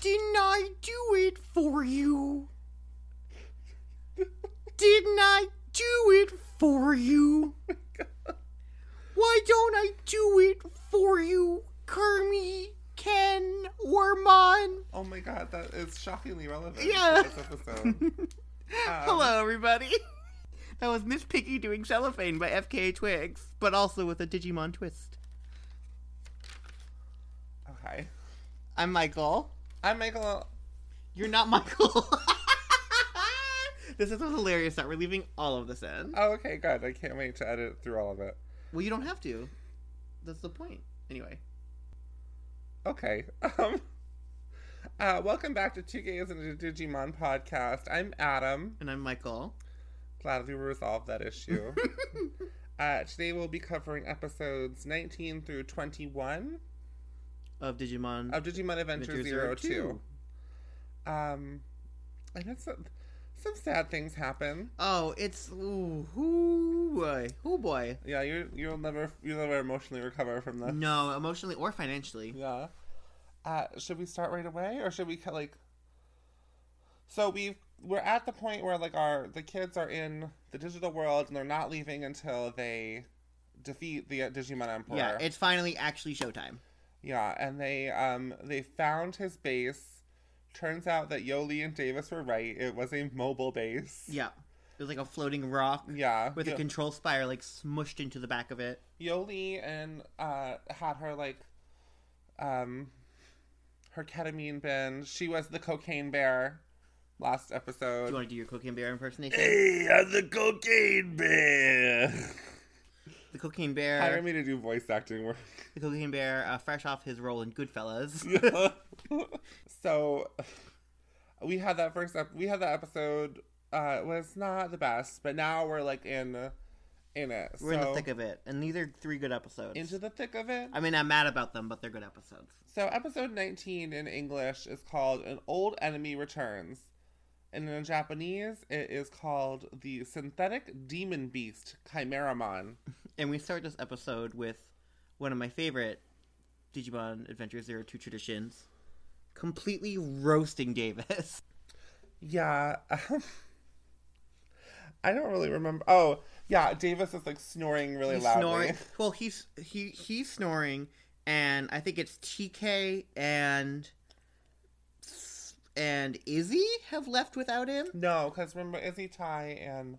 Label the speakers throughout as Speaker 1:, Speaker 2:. Speaker 1: Didn't I do it for you? Didn't I do it for you? Why don't I do it for you, Kermie, Ken, Wormon?
Speaker 2: Oh my god, that is shockingly relevant
Speaker 1: Yeah.
Speaker 2: to this episode. Um,
Speaker 1: Hello, everybody. That was Miss Piggy doing Cellophane by FKA Twigs, but also with a Digimon twist.
Speaker 2: Okay.
Speaker 1: I'm Michael.
Speaker 2: I'm Michael.
Speaker 1: You're not Michael. this is a hilarious that we're leaving all of this in.
Speaker 2: Oh, okay, good. I can't wait to edit through all of it.
Speaker 1: Well, you don't have to. That's the point. Anyway.
Speaker 2: Okay. Um, uh, welcome back to Two Gays and a Digimon podcast. I'm Adam.
Speaker 1: And I'm Michael.
Speaker 2: Glad we resolved that issue. uh, today we'll be covering episodes 19 through 21
Speaker 1: Of Digimon
Speaker 2: of Digimon Adventure
Speaker 1: Adventure
Speaker 2: Zero
Speaker 1: 02.
Speaker 2: Two. Um, and it's some, some sad things happen.
Speaker 1: Oh, it's ooh, hoo boy, hoo boy.
Speaker 2: Yeah, you you'll never you'll never emotionally recover from this.
Speaker 1: No, emotionally or financially.
Speaker 2: Yeah. Uh, should we start right away, or should we cut like? So we we're at the point where like our the kids are in the digital world and they're not leaving until they defeat the uh, Digimon Emperor.
Speaker 1: Yeah, it's finally actually showtime.
Speaker 2: Yeah, and they um they found his base. Turns out that Yoli and Davis were right. It was a mobile base.
Speaker 1: Yeah, it was like a floating rock
Speaker 2: Yeah.
Speaker 1: with
Speaker 2: Yo-
Speaker 1: a control spire like smushed into the back of it.
Speaker 2: Yoli and uh had her like um her ketamine bin. She was the cocaine bear last
Speaker 1: Do you
Speaker 2: episode.
Speaker 1: want to do your cocaine bear impersonation?
Speaker 2: Hey, I'm the cocaine bear.
Speaker 1: The cocaine bear.
Speaker 2: Hire me to do voice acting work.
Speaker 1: The cocaine bear, uh, fresh off his role in Goodfellas.
Speaker 2: Yeah. so we had that first ep- we had that episode uh it was not the best, but now we're like in in it.
Speaker 1: We're in
Speaker 2: So,
Speaker 1: the thick of it, and these are three good episodes.
Speaker 2: into the thick of it.
Speaker 1: I mean, I'm mad about them, but they're good episodes.
Speaker 2: So, episode 19 in English is called An Old Enemy Returns. And in Japanese, it is called The Synthetic Demon Beast, Chimeramon.
Speaker 1: And we start this episode with one of my favorite Digimon Adventure Zero Two traditions, completely roasting Davis.
Speaker 2: Yeah. um, I don't really remember. Oh, yeah. Davis is like snoring really
Speaker 1: He's
Speaker 2: loudly.
Speaker 1: snoring. Well, he's he he's snoring, and I think it's TK and and Izzy have left without him.
Speaker 2: No, because remember, Izzy, Ty, and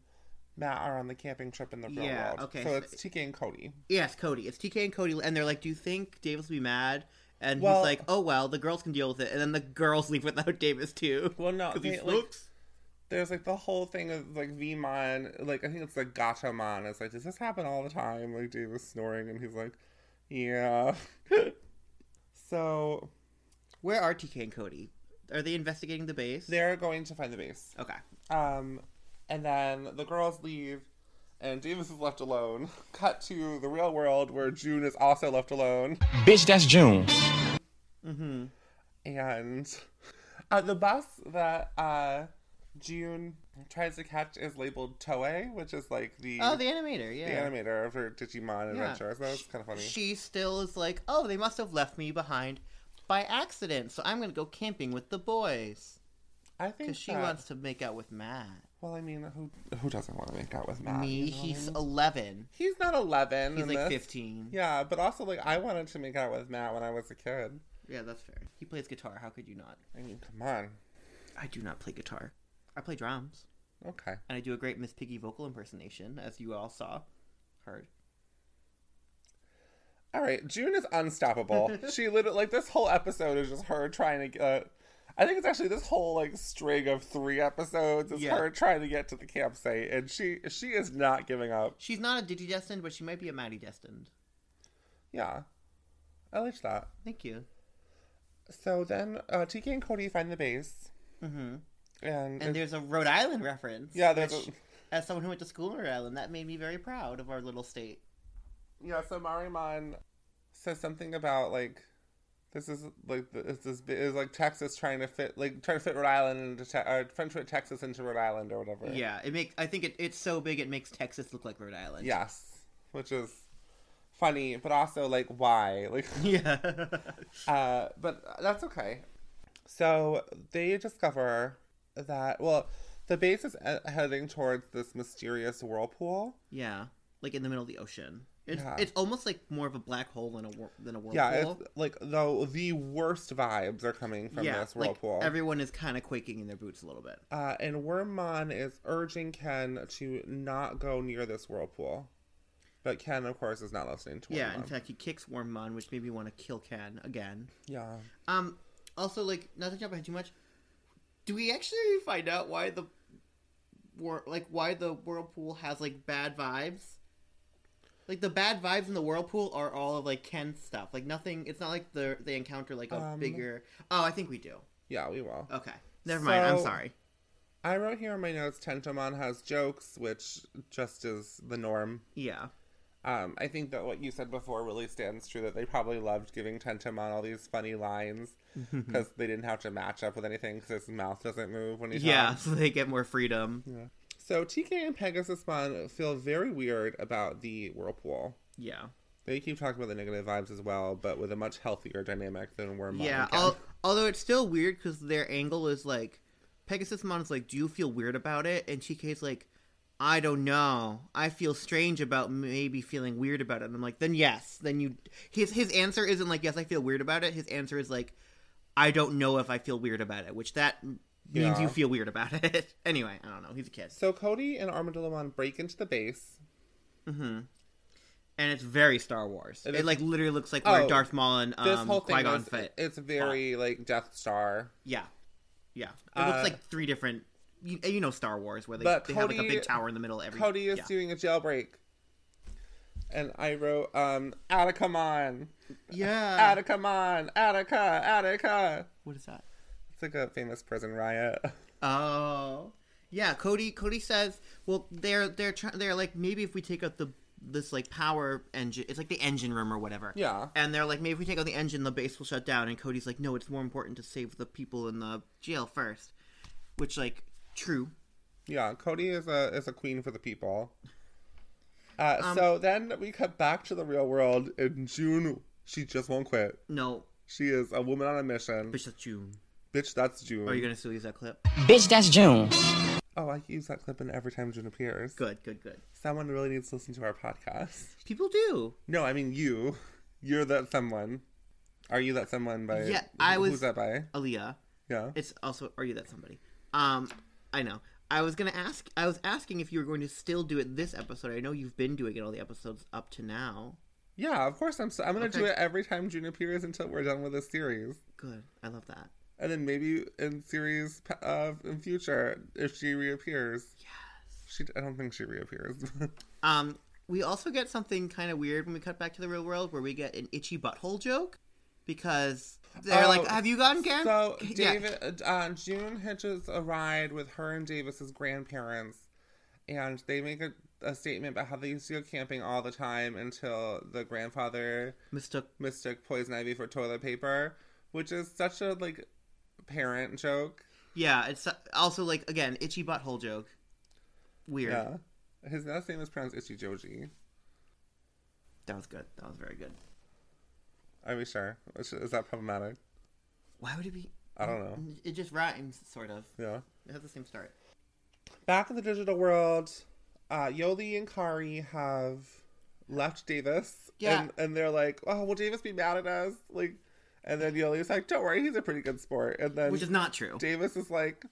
Speaker 2: Matt are on the camping trip in the real
Speaker 1: Yeah,
Speaker 2: world.
Speaker 1: okay,
Speaker 2: So
Speaker 1: so-
Speaker 2: it's Tika and Cody.
Speaker 1: Yes, Cody. It's TK and Cody, and they're like, "Do you think Davis will be mad?" And
Speaker 2: Well-
Speaker 1: he's like, "Oh well, the girls can deal with it." And then the girls leave without Davis too.
Speaker 2: Well, no,
Speaker 1: 'Cause
Speaker 2: they,
Speaker 1: he
Speaker 2: like-
Speaker 1: smokes.
Speaker 2: there's like the whole thing of like Vmon, like I think it's like Gatamon. It's like, does this happen all the time? Like Dave is snoring and he's like, yeah. so
Speaker 1: Where are TK and Cody? Are they investigating the base?
Speaker 2: they're going to find the base.
Speaker 1: Okay.
Speaker 2: Um, and then the girls leave, and Davis is left alone. Cut to the real world where June is also left alone,
Speaker 3: Bitch, that's June.
Speaker 1: Mm-hmm.
Speaker 2: and uh, the bus that uh June tries to catch is labeled Toei, which is like the.
Speaker 1: Oh, the animator.
Speaker 2: the
Speaker 1: Yeah.
Speaker 2: animator of her Digimon
Speaker 1: Yeah.
Speaker 2: adventure, so it's kind of funny.
Speaker 1: She still is like, "Oh, they must have left me behind by accident, so I'm gonna go camping with the boys."
Speaker 2: I think
Speaker 1: Because she
Speaker 2: that-
Speaker 1: wants to make out with Matt.
Speaker 2: Well, I mean, who who doesn't want to make out with Matt?
Speaker 1: Me,
Speaker 2: you know what I
Speaker 1: he's
Speaker 2: mean?
Speaker 1: eleven.
Speaker 2: he's not eleven.
Speaker 1: He's
Speaker 2: in
Speaker 1: like
Speaker 2: this.
Speaker 1: fifteen.
Speaker 2: Yeah, but also like I wanted to make out with Matt when I was a kid.
Speaker 1: yeah, that's fair. He plays guitar. How could you not?
Speaker 2: I mean, come on.
Speaker 1: I do not play guitar. I play drums.
Speaker 2: Okay.
Speaker 1: And I do a great Miss Piggy vocal impersonation, as you all saw. Heard.
Speaker 2: All right. June is unstoppable. she literally like this whole episode is just her trying to get. uh, I think it's actually this whole like string of three episodes is
Speaker 1: Yeah.
Speaker 2: her trying to get to the campsite, and she she is not giving up.
Speaker 1: She's not a Digi Destined, but she might be a Maddie Destined.
Speaker 2: Yeah, I liked that.
Speaker 1: Thank you.
Speaker 2: So then uh, TK and Cody find the base,
Speaker 1: Mm-hmm.
Speaker 2: and,
Speaker 1: And
Speaker 2: it-
Speaker 1: there's a Rhode Island reference.
Speaker 2: yeah, there's. a-
Speaker 1: which, as someone who went to school in Rhode Island, that made me very proud of our little state.
Speaker 2: Yeah, so Marimon says something about like this is like the- it's this is like Texas trying to fit like trying to fit Rhode Island into te- or trying to fit Texas into Rhode Island or whatever.
Speaker 1: Yeah, it makes. I think it, it's so big it makes Texas look like Rhode Island.
Speaker 2: Yes, which is funny, but also like why? Like,
Speaker 1: Yeah.
Speaker 2: uh, but that's okay. So they discover that, well, the base is e- heading towards this mysterious whirlpool.
Speaker 1: Yeah, like in the middle of the ocean. It's
Speaker 2: Yeah.
Speaker 1: it's almost like more of a black hole than a whir- than a whirlpool.
Speaker 2: Yeah, it's like though the worst vibes are coming from
Speaker 1: Yeah,
Speaker 2: this whirlpool.
Speaker 1: Like everyone is kind of quaking in their boots a little bit.
Speaker 2: uh, and Wormmon is urging Ken to not go near this whirlpool, but Ken, of course, is not listening to
Speaker 1: Yeah, in
Speaker 2: Wormmon.
Speaker 1: fact, he kicks Wormmon, which made me want to kill Ken again.
Speaker 2: yeah.
Speaker 1: Um, also, like, not to jump ahead too much, do we actually find out why the war, like, why the whirlpool has like bad vibes? Like the bad vibes in the whirlpool are all of like Ken stuff. Like nothing. It's not like the they encounter like a
Speaker 2: Um,
Speaker 1: bigger. Oh, I think we do.
Speaker 2: Yeah, we will.
Speaker 1: Okay, never mind. I'm
Speaker 2: So-
Speaker 1: sorry.
Speaker 2: I wrote here in my notes Tentomon has jokes, which just is the norm.
Speaker 1: Yeah,
Speaker 2: Um, I think that what you said before really stands true that they probably loved giving Tentomon all these funny lines because they didn't have to match up with anything because his mouth doesn't move when he
Speaker 1: yeah.
Speaker 2: talks.
Speaker 1: So they get more freedom.
Speaker 2: So TK and Pegasusmon feel very weird about the whirlpool.
Speaker 1: Yeah,
Speaker 2: They keep talking about the negative vibes as well, but with a much healthier dynamic than Wormmon.
Speaker 1: yeah.
Speaker 2: and Ken.
Speaker 1: Al- although it's still weird because their angle is like Pegasus Mon is like, "Do you feel weird about it?" And TK's like, "I don't know. I feel strange about maybe feeling weird about it." And I'm like, "Then yes. Then you." His his answer isn't like, "Yes, I feel weird about it." His answer is like, "I don't know if I feel weird about it," which that means
Speaker 2: Yeah.
Speaker 1: you feel weird about it. anyway, I don't know. He's a kid,
Speaker 2: So Cody and Armadillomon break into the base.
Speaker 1: and it's very Star Wars. It,
Speaker 2: is-
Speaker 1: like literally looks like where
Speaker 2: Oh,
Speaker 1: Darth Maul and
Speaker 2: This
Speaker 1: um,
Speaker 2: whole thing
Speaker 1: Qui Gon
Speaker 2: is,
Speaker 1: fit.
Speaker 2: it's very like Death Star.
Speaker 1: Yeah, yeah. It
Speaker 2: Uh,
Speaker 1: looks like three different. You, you know Star Wars where they,
Speaker 2: But
Speaker 1: they have like a
Speaker 2: Cody-
Speaker 1: big tower in the middle. Of every
Speaker 2: Cody is
Speaker 1: yeah.
Speaker 2: doing a jailbreak. And I wrote, um, Atticamon.
Speaker 1: yeah.
Speaker 2: Atticamon. Attica. Attica.
Speaker 1: what is that?
Speaker 2: It's like a famous prison riot.
Speaker 1: Oh, yeah. Cody Cody says, well, they're they're try- they're like maybe if we take out the this like power engine, it's like the engine room or whatever.
Speaker 2: Yeah.
Speaker 1: And they're like, maybe if we take out the engine, the base will shut down. And Cody's like, no, it's more important to save the people in the jail first. Which like true.
Speaker 2: Yeah, Cody is a is a queen for the people. Uh,
Speaker 1: Um,
Speaker 2: so then we cut back to the real world in June. She just won't quit.
Speaker 1: No,
Speaker 2: She is a woman on a mission.
Speaker 1: bitch, that's June.
Speaker 2: Bitch, that's June.
Speaker 1: Are you gonna still use that clip?
Speaker 3: Bitch, that's June.
Speaker 2: Oh, I use that clip in every time June appears.
Speaker 1: Good, good, good.
Speaker 2: Someone really needs to listen to our podcast.
Speaker 1: People do.
Speaker 2: No, I mean you. You're that someone. Are you that someone by
Speaker 1: Yeah, I was-
Speaker 2: Who's that by?
Speaker 1: Aaliyah.
Speaker 2: Yeah.
Speaker 1: It's also are you that somebody? Um, I know. I was gonna ask. I was asking if you were going to still do it this episode. I know you've been doing it all the episodes up to now.
Speaker 2: Yeah, of course I'm. So, I'm gonna do
Speaker 1: Okay.
Speaker 2: it every time June appears until we're done with this series,
Speaker 1: Good. I love that.
Speaker 2: and then maybe in series pa- uh, in future if she reappears. Yes. She. I don't think she reappears.
Speaker 1: Um, we also get something kind of weird when we cut back to the real world, where we get an itchy butthole joke because they're
Speaker 2: Oh,
Speaker 1: like, "Have you gotten can?"
Speaker 2: so
Speaker 1: Yeah.
Speaker 2: David, uh, June hitches a ride with her and Davis's grandparents, and they make a, a statement about how they used to go camping all the time until the grandfather
Speaker 1: mistook.
Speaker 2: mistook poison ivy for toilet paper, which is such a like parent joke.
Speaker 1: Yeah, it's also like again itchy butthole joke. Weird.
Speaker 2: Yeah. His last name is pronounced Ichijoji.
Speaker 1: That was good. That was very good.
Speaker 2: Are we sure? Is is that problematic?
Speaker 1: Why would it be?
Speaker 2: I don't know.
Speaker 1: It just rhymes, sort of.
Speaker 2: Yeah.
Speaker 1: It has the same start.
Speaker 2: Back in the digital world, uh, Yoli and Kari have left Davis.
Speaker 1: Yeah.
Speaker 2: And, and they're like, oh, will Davis be mad at us? Like, and then Yoli's like, don't worry, he's a pretty good sport. And then
Speaker 1: Which is not true.
Speaker 2: Davis is like,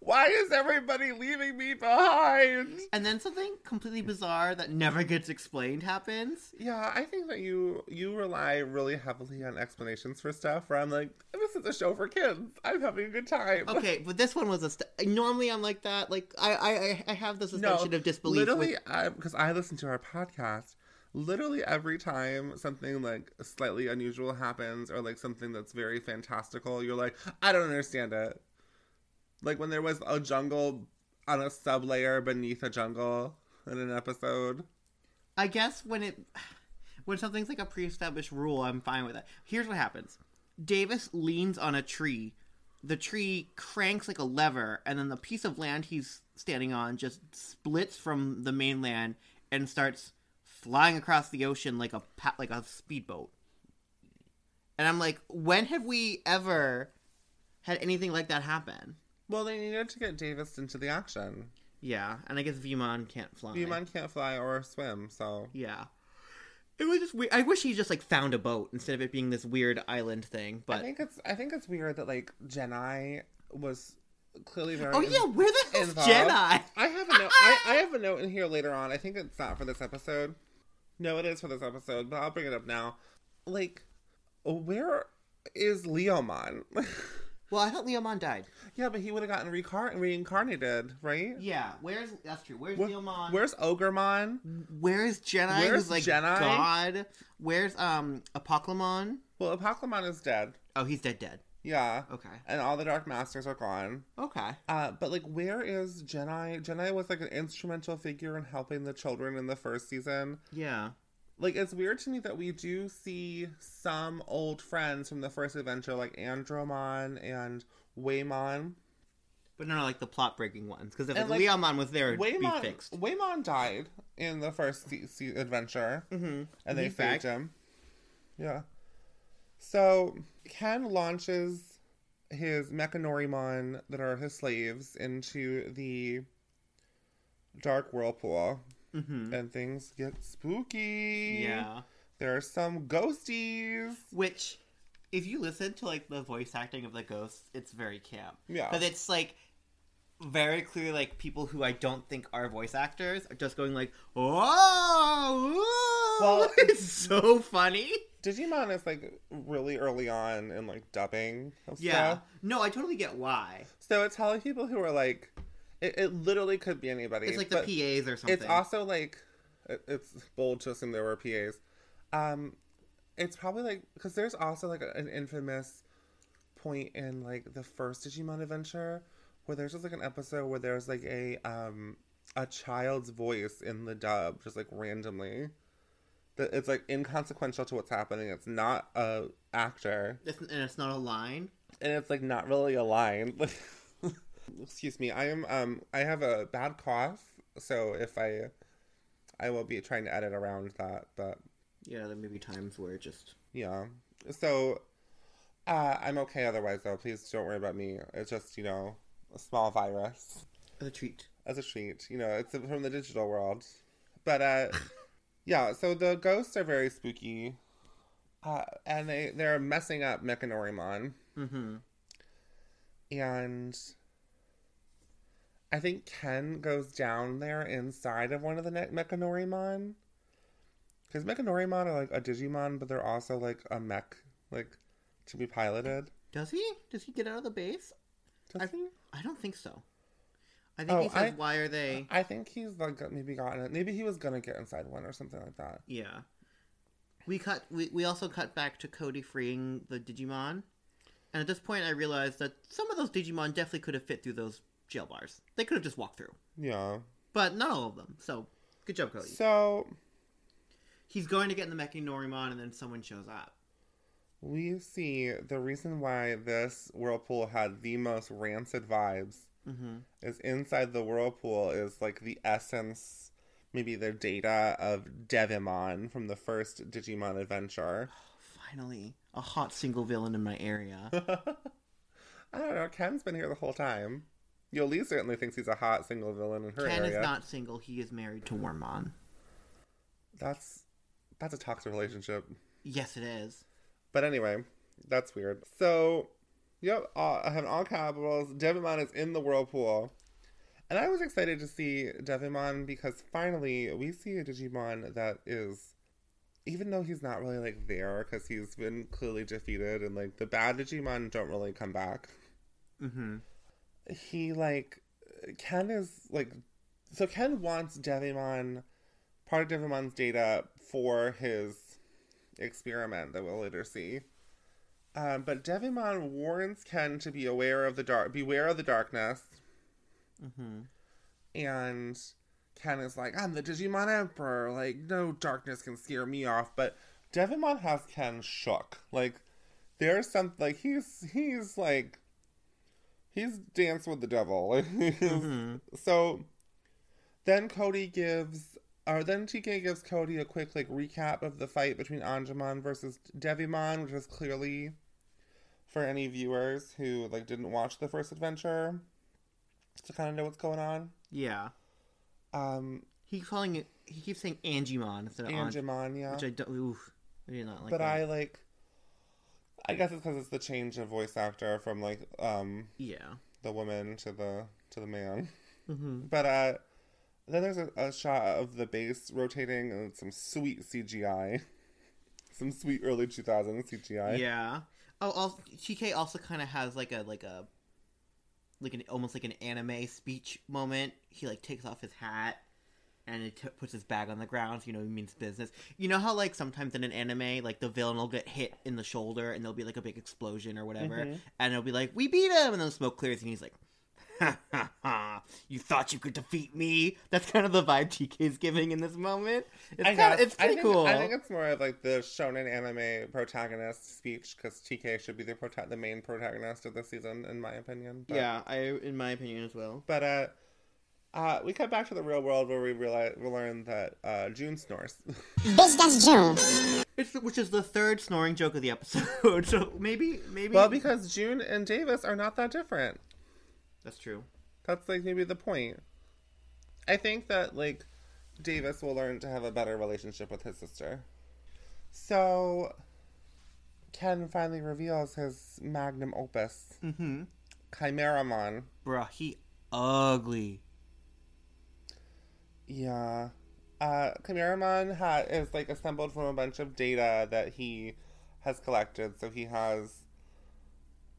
Speaker 2: why is everybody leaving me behind?
Speaker 1: And then something completely bizarre that never gets explained happens.
Speaker 2: Yeah, I think that you you rely really heavily on explanations for stuff. Where I'm like, this is a show for kids. I'm having a good time.
Speaker 1: Okay, but this one was a. St- Normally, I'm like that. Like I, I, I- I have the suspension of disbelief.
Speaker 2: Literally,
Speaker 1: with-
Speaker 2: because I listen to our podcast. Literally every time something like slightly unusual happens, or like something that's very fantastical, you're like, I don't understand it. Like when there was a jungle on a sub layer beneath a jungle in an episode.
Speaker 1: I guess when it, when something's like a pre-established rule, I'm fine with that. Here's what happens: Davis leans on a tree. The tree cranks like a lever, and then the piece of land he's standing on just splits from the mainland and starts flying across the ocean like a pa- like a speedboat. And I'm like, when have we ever had anything like that happen.
Speaker 2: Well, they needed to get Davis into the action.
Speaker 1: Yeah, and I guess Vimon can't fly.
Speaker 2: Beamon can't fly or swim, so
Speaker 1: Yeah. It was just weird. I wish he just like found a boat instead of it being this weird island thing.
Speaker 2: I
Speaker 1: But
Speaker 2: think it's I think it's weird that like Jedi was clearly very
Speaker 1: oh yeah, where the hell's
Speaker 2: involved.
Speaker 1: Jedi?
Speaker 2: I have a note. I, I have a note in here later on. I think it's not for this episode. No, it is for this episode, but I'll bring it up now. Like, where is Leomon?
Speaker 1: Well, I thought Leomon died.
Speaker 2: yeah, but he would have gotten recar- reincarnated, right?
Speaker 1: Yeah, where's that's true. Where's
Speaker 2: Where-
Speaker 1: Leomon?
Speaker 2: Where's Ogremon?
Speaker 1: where's Jedi?
Speaker 2: Where's
Speaker 1: who's, like
Speaker 2: Jedi?
Speaker 1: God? Where's um Apoclymon?
Speaker 2: Well, Apoclymon is dead.
Speaker 1: Oh, he's dead. Dead.
Speaker 2: Yeah.
Speaker 1: Okay.
Speaker 2: And all the Dark Masters are gone.
Speaker 1: Okay.
Speaker 2: Uh, but like, where is Jedi? Jedi was like an instrumental figure in helping the children in the first season.
Speaker 1: Yeah.
Speaker 2: Like, it's weird to me that we do see some old friends from the first adventure, like Andromon and Waymon.
Speaker 1: But no, no, like the plot breaking ones. Because if like,
Speaker 2: And, like,
Speaker 1: Leomon was there, it'd
Speaker 2: Waymon,
Speaker 1: be fixed.
Speaker 2: Waymon died in the first se- se- adventure,
Speaker 1: Mm-hmm.
Speaker 2: and they
Speaker 1: He's back.
Speaker 2: saved him. Yeah. So Ken launches his Mechanorimon that are his slaves into the dark whirlpool.
Speaker 1: Mm-hmm.
Speaker 2: and things get spooky.
Speaker 1: Yeah.
Speaker 2: There are some ghosties.
Speaker 1: Which, if you listen to like the voice acting of the ghosts, it's very camp.
Speaker 2: Yeah.
Speaker 1: But it's like very clear, like people who I don't think are voice actors are just going like, "Oh,
Speaker 2: Well-
Speaker 1: it's so funny."
Speaker 2: Digimon is like really early on in like dubbing of
Speaker 1: Yeah.
Speaker 2: stuff.
Speaker 1: No, I totally get why.
Speaker 2: So it's telling people who are like, it, it literally could be anybody.
Speaker 1: It's like the
Speaker 2: but
Speaker 1: PAs or something.
Speaker 2: It's also like, it, it's bold to assume there were PAs. Um, it's probably like because there's also like an infamous point in like the first Digimon adventure where there's just like an episode where there's like a um a child's voice in the dub just like randomly. That it's like inconsequential to what's happening. It's not a actor,
Speaker 1: It's- and it's not a line.
Speaker 2: and it's like not really aligned. Excuse me, I am um I have a bad cough, so if I I will be trying to edit around that, but
Speaker 1: Yeah, there may be times where it just
Speaker 2: yeah. So uh, I'm okay otherwise, though. Please don't worry about me. It's just, you know, a small virus
Speaker 1: a treat.
Speaker 2: as a treat. You know, it's from the digital world. But uh, yeah, so the ghosts are very spooky. Uh, and they, they're messing up Mechanorimon.
Speaker 1: Mm-hmm.
Speaker 2: And I think Ken goes down there inside of one of the ne- Mechanorimon. Because Mechanorimon are like a Digimon, but they're also like a mech, like to be piloted.
Speaker 1: Does he? Does he get out of the base?
Speaker 2: Does
Speaker 1: I-
Speaker 2: he?
Speaker 1: I don't think so. I think
Speaker 2: Oh,
Speaker 1: he says,
Speaker 2: I-
Speaker 1: "Why are they?"
Speaker 2: I think he's like got- maybe gotten it. Maybe he was gonna get inside one or something like that.
Speaker 1: Yeah. We cut. We, we also cut back to Cody freeing the Digimon, and at this point, I realized that some of those Digimon definitely could have fit through those jail bars. They could have just walked through,
Speaker 2: Yeah.
Speaker 1: but not all of them. So, good job, Cody.
Speaker 2: So
Speaker 1: He's going to get in the Mechanorimon, and then someone shows up.
Speaker 2: we see the reason why this whirlpool had the most rancid vibes
Speaker 1: Mm-hmm.
Speaker 2: is inside the whirlpool is like the essence, maybe the data of Devimon from the first Digimon adventure.
Speaker 1: Finally, a hot single villain in my area.
Speaker 2: I don't know. Ken's been here the whole time. Yoli certainly thinks he's a hot single villain in her
Speaker 1: Ken
Speaker 2: area.
Speaker 1: is not single. He is married to Wormmon.
Speaker 2: That's that's a toxic relationship.
Speaker 1: Yes, it is.
Speaker 2: But anyway, that's weird. So, yep, all, I have all capitals. Devimon is in the whirlpool. And I was excited to see Devimon because finally we see a Digimon that is, even though he's not really like there because he's been clearly defeated and like the bad Digimon don't really come back.
Speaker 1: Mm-hmm.
Speaker 2: He like, Ken is like, so Ken wants Devimon, part of Devimon's data for his experiment that we'll later see. Um, but Devimon warns Ken to be aware of the dark, beware of the darkness,
Speaker 1: Mm-hmm.
Speaker 2: and Ken is like, "I'm the Digimon Emperor. Like, no darkness can scare me off." But Devimon has Ken shook. Like, there's some like he's he's like he's danced with the devil. Like, he's-
Speaker 1: Mm-hmm.
Speaker 2: so then Cody gives, or then TK gives Cody a quick like recap of the fight between Anjumon versus Devimon, which was clearly for any viewers who like didn't watch the first adventure to kind of know what's going on.
Speaker 1: Yeah.
Speaker 2: Um,
Speaker 1: He calling it. He keeps saying Angemon instead of Angemon,
Speaker 2: Angemon, yeah.
Speaker 1: which I don't. Oof, I do not like.
Speaker 2: but
Speaker 1: that.
Speaker 2: I like. I guess it's because it's the change of voice actor from like um
Speaker 1: Yeah.
Speaker 2: the woman to the to the man.
Speaker 1: Mm-hmm.
Speaker 2: But uh, then there's a, a shot of the base rotating and some sweet CGI, some sweet early 2000s CGI.
Speaker 1: Yeah. Oh, also, TK also kind of has like a like a like an almost like an anime speech moment. He like takes off his hat and it t- puts his bag on the ground. So you know he means business. You know how like sometimes in an anime, like the villain will get hit in the shoulder and there'll be like a big explosion or whatever,
Speaker 2: Mhm.
Speaker 1: and it'll be like we beat him, and then the smoke clears and he's like. Ha ha ha! You thought you could defeat me? That's kind of the vibe TK is giving in this moment. It's,
Speaker 2: I
Speaker 1: kinda-
Speaker 2: guess.
Speaker 1: it's pretty
Speaker 2: I think,
Speaker 1: cool.
Speaker 2: I think it's more of like the shonen anime protagonist speech because TK should be the prota- the main protagonist of the season, in my opinion. But,
Speaker 1: yeah, I in my opinion as well.
Speaker 2: But uh, uh, we cut back to the real world where we realize we learn that uh, June snores.
Speaker 3: Bitch, that's June.
Speaker 1: It's which is the third snoring joke of the episode. So maybe maybe
Speaker 2: well, because June and Davis are not that different.
Speaker 1: that's true.
Speaker 2: That's like maybe the point. I think that like Davis will learn to have a better relationship with his sister. So Ken finally reveals his magnum opus,
Speaker 1: Mm-hmm.
Speaker 2: Chimeramon.
Speaker 1: Bruh, he ugly.
Speaker 2: Yeah. Uh Chimeramon ha- is like assembled from a bunch of data that he has collected. So he has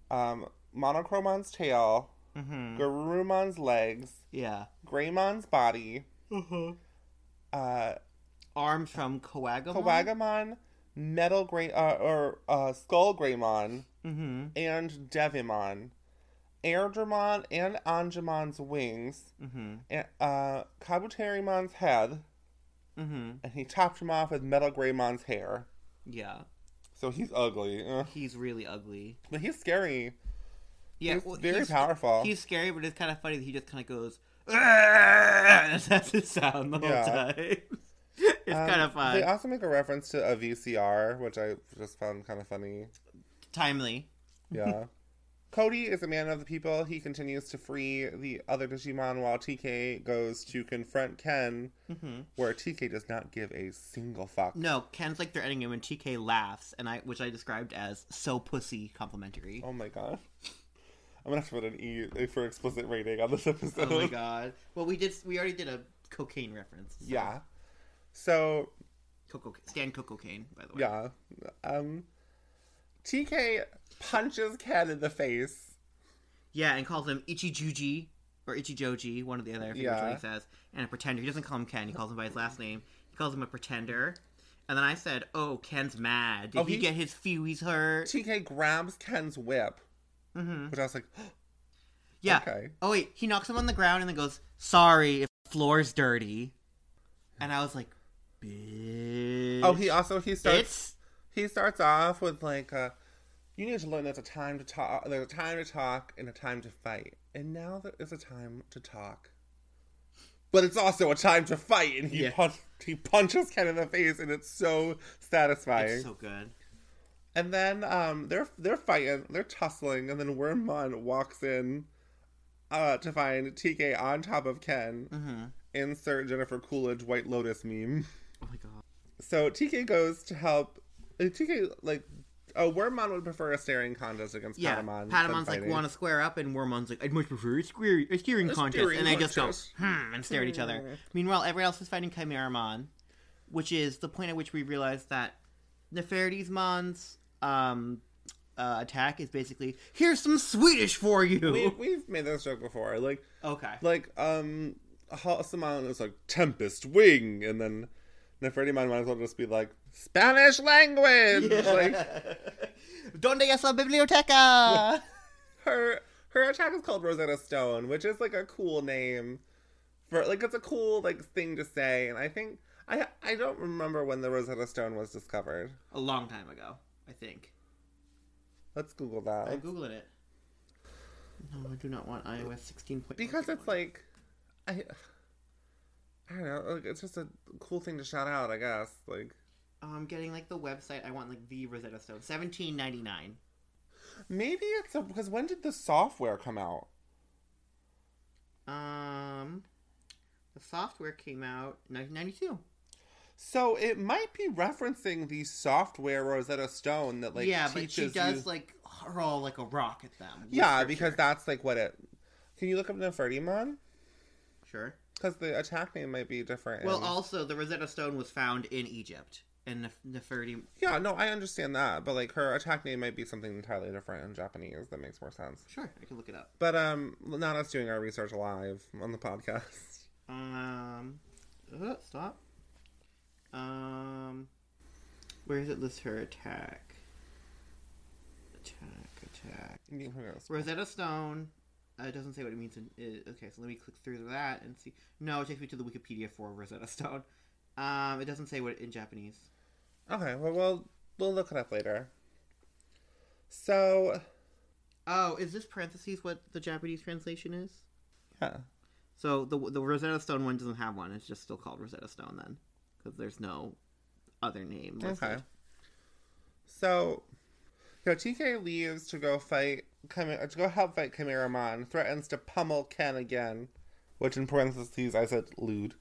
Speaker 2: um Monochromon's tail,
Speaker 1: Mm-hmm.
Speaker 2: Garurumon's legs,
Speaker 1: Yeah.
Speaker 2: Greymon's body,
Speaker 1: Uh-huh.
Speaker 2: uh
Speaker 1: Arms from Coagamon.
Speaker 2: Kawagamon, Metal Grey uh, or uh, Skull Greymon,
Speaker 1: Mm-hmm.
Speaker 2: and Devimon, Airdramon and Anjumon's wings,
Speaker 1: Mm-hmm.
Speaker 2: and, uh, Kabuterimon's head,
Speaker 1: Mm-hmm.
Speaker 2: and he topped him off with Metal Greymon's hair.
Speaker 1: Yeah.
Speaker 2: So he's ugly, Ugh.
Speaker 1: He's really ugly.
Speaker 2: but he's scary.
Speaker 1: Yeah.
Speaker 2: he's
Speaker 1: well,
Speaker 2: very
Speaker 1: he's,
Speaker 2: powerful.
Speaker 1: He's scary, but it's kind of funny that he just kind of goes. "Argh!" That's his sound the whole
Speaker 2: Yeah.
Speaker 1: time. it's
Speaker 2: Um,
Speaker 1: kind of uh, fun.
Speaker 2: They also make a reference to a VCR, which I just found kind of funny.
Speaker 1: Timely.
Speaker 2: Yeah. Cody is a man of the people. He continues to free the other Digimon while TK goes to confront Ken,
Speaker 1: Mm-hmm.
Speaker 2: where TK does not give a single fuck.
Speaker 1: No, Ken's like threatening him, and TK laughs, and I, which I described as so pussy complimentary.
Speaker 2: Oh my god. I'm gonna have to put an E for explicit rating on this episode.
Speaker 1: Oh my god! Well, we did. We already did a cocaine reference. so-
Speaker 2: Yeah. So
Speaker 1: Coco, Stan cocaine, by the way.
Speaker 2: yeah. Um TK punches Ken in the face.
Speaker 1: Yeah, and calls him Ichijuji or Ichijoji, one of the other. I forget which one
Speaker 2: Yeah.
Speaker 1: he says, and a pretender. He doesn't call him Ken. He calls him by his last name. He calls him a pretender. And then I said, "Oh, Ken's mad. Did
Speaker 2: Oh,
Speaker 1: he,
Speaker 2: he-
Speaker 1: get his fewies hurt?"
Speaker 2: TK grabs Ken's whip,
Speaker 1: hmm
Speaker 2: which I was like,
Speaker 1: Yeah.
Speaker 2: okay.
Speaker 1: Oh wait, he knocks him on the ground and then goes, "Sorry, if the floor's dirty." And I was like, "Bitch."
Speaker 2: Oh, he also he starts
Speaker 1: It's
Speaker 2: he starts off with like uh you need to learn there's a time to talk there's a time to talk and a time to fight and now there is a time to talk but it's also a time to fight and he,
Speaker 1: Yeah.
Speaker 2: punch, he punches ken in the face and it's so satisfying
Speaker 1: it's so good.
Speaker 2: and then um they're they're fighting they're tussling and then wormmon walks in uh to find tk on top of ken
Speaker 1: Mm-hmm.
Speaker 2: insert jennifer coolidge white lotus meme
Speaker 1: Oh my god.
Speaker 2: so TK goes to help. uh, TK like, oh, Wormmon would prefer a staring contest against
Speaker 1: Yeah,
Speaker 2: Patamon.
Speaker 1: Patamon's like want to square up, and Wormon's like I'd much prefer a, square, a steering
Speaker 2: A
Speaker 1: contest,
Speaker 2: steering
Speaker 1: and they just go
Speaker 2: contest.
Speaker 1: hmm and stare at each other. Meanwhile, everyone else is fighting Chimeramon, which is the point at which we realize that Nefertiti's Mon's um, uh, attack is basically here's some Swedish for you.
Speaker 2: We, we've made this joke before. Like,
Speaker 1: okay,
Speaker 2: like um, Samon is like Tempest Wing, and then Nefertimon might as well just be like Spanish language. Like
Speaker 1: donde es la biblioteca?
Speaker 2: her her attack is called Rosetta Stone, which is like a cool name for like it's a cool like thing to say, and I think. I, I don't remember when the Rosetta Stone was discovered.
Speaker 1: A long time ago, I think.
Speaker 2: Let's Google that.
Speaker 1: I'm googling it. No, I do not want iOS 16.
Speaker 2: because it's like I I don't know, like it's just a cool thing to shout out, I guess. Like
Speaker 1: Um, I'm getting like the website. I want like the Rosetta Stone, seventeen ninety nine.
Speaker 2: Maybe it's a, because when did the software come out?
Speaker 1: Um, the software came out 1992.
Speaker 2: So it might be referencing the software Rosetta Stone that like
Speaker 1: yeah, but
Speaker 2: teaches
Speaker 1: she does
Speaker 2: you-
Speaker 1: like hurl like a rock at them. with
Speaker 2: yeah,
Speaker 1: scripture.
Speaker 2: because that's like what it. Can you look up Nefertimon?
Speaker 1: sure.
Speaker 2: Because the attack name might be different.
Speaker 1: Well,
Speaker 2: in-
Speaker 1: also the Rosetta Stone was found in Egypt, and Nef- Nefertiti.
Speaker 2: yeah, no, I understand that, but like her attack name might be something entirely different in Japanese. That makes more sense.
Speaker 1: Sure, I can look it up.
Speaker 2: But um, not us doing our research live on the podcast.
Speaker 1: Um, uh, stop. Um, where is it? List her attack. Attack, attack.
Speaker 2: I mean, who knows?
Speaker 1: Rosetta Stone. Uh, it doesn't say what it means. In, uh, okay, so let me click through that and see. No, it takes me to the Wikipedia for Rosetta Stone. Um, it doesn't say what it- in Japanese.
Speaker 2: Okay, well, we'll we'll look it up later. So
Speaker 1: Oh, is this parentheses what the Japanese translation is?
Speaker 2: yeah,
Speaker 1: So the the Rosetta Stone one doesn't have one. It's just still called Rosetta Stone then, because there's no other name. listed.
Speaker 2: okay. So, you know, TK leaves to go fight Chim- to go help fight Chimera Mon. Threatens to pummel Ken again, which in parentheses I said lewd.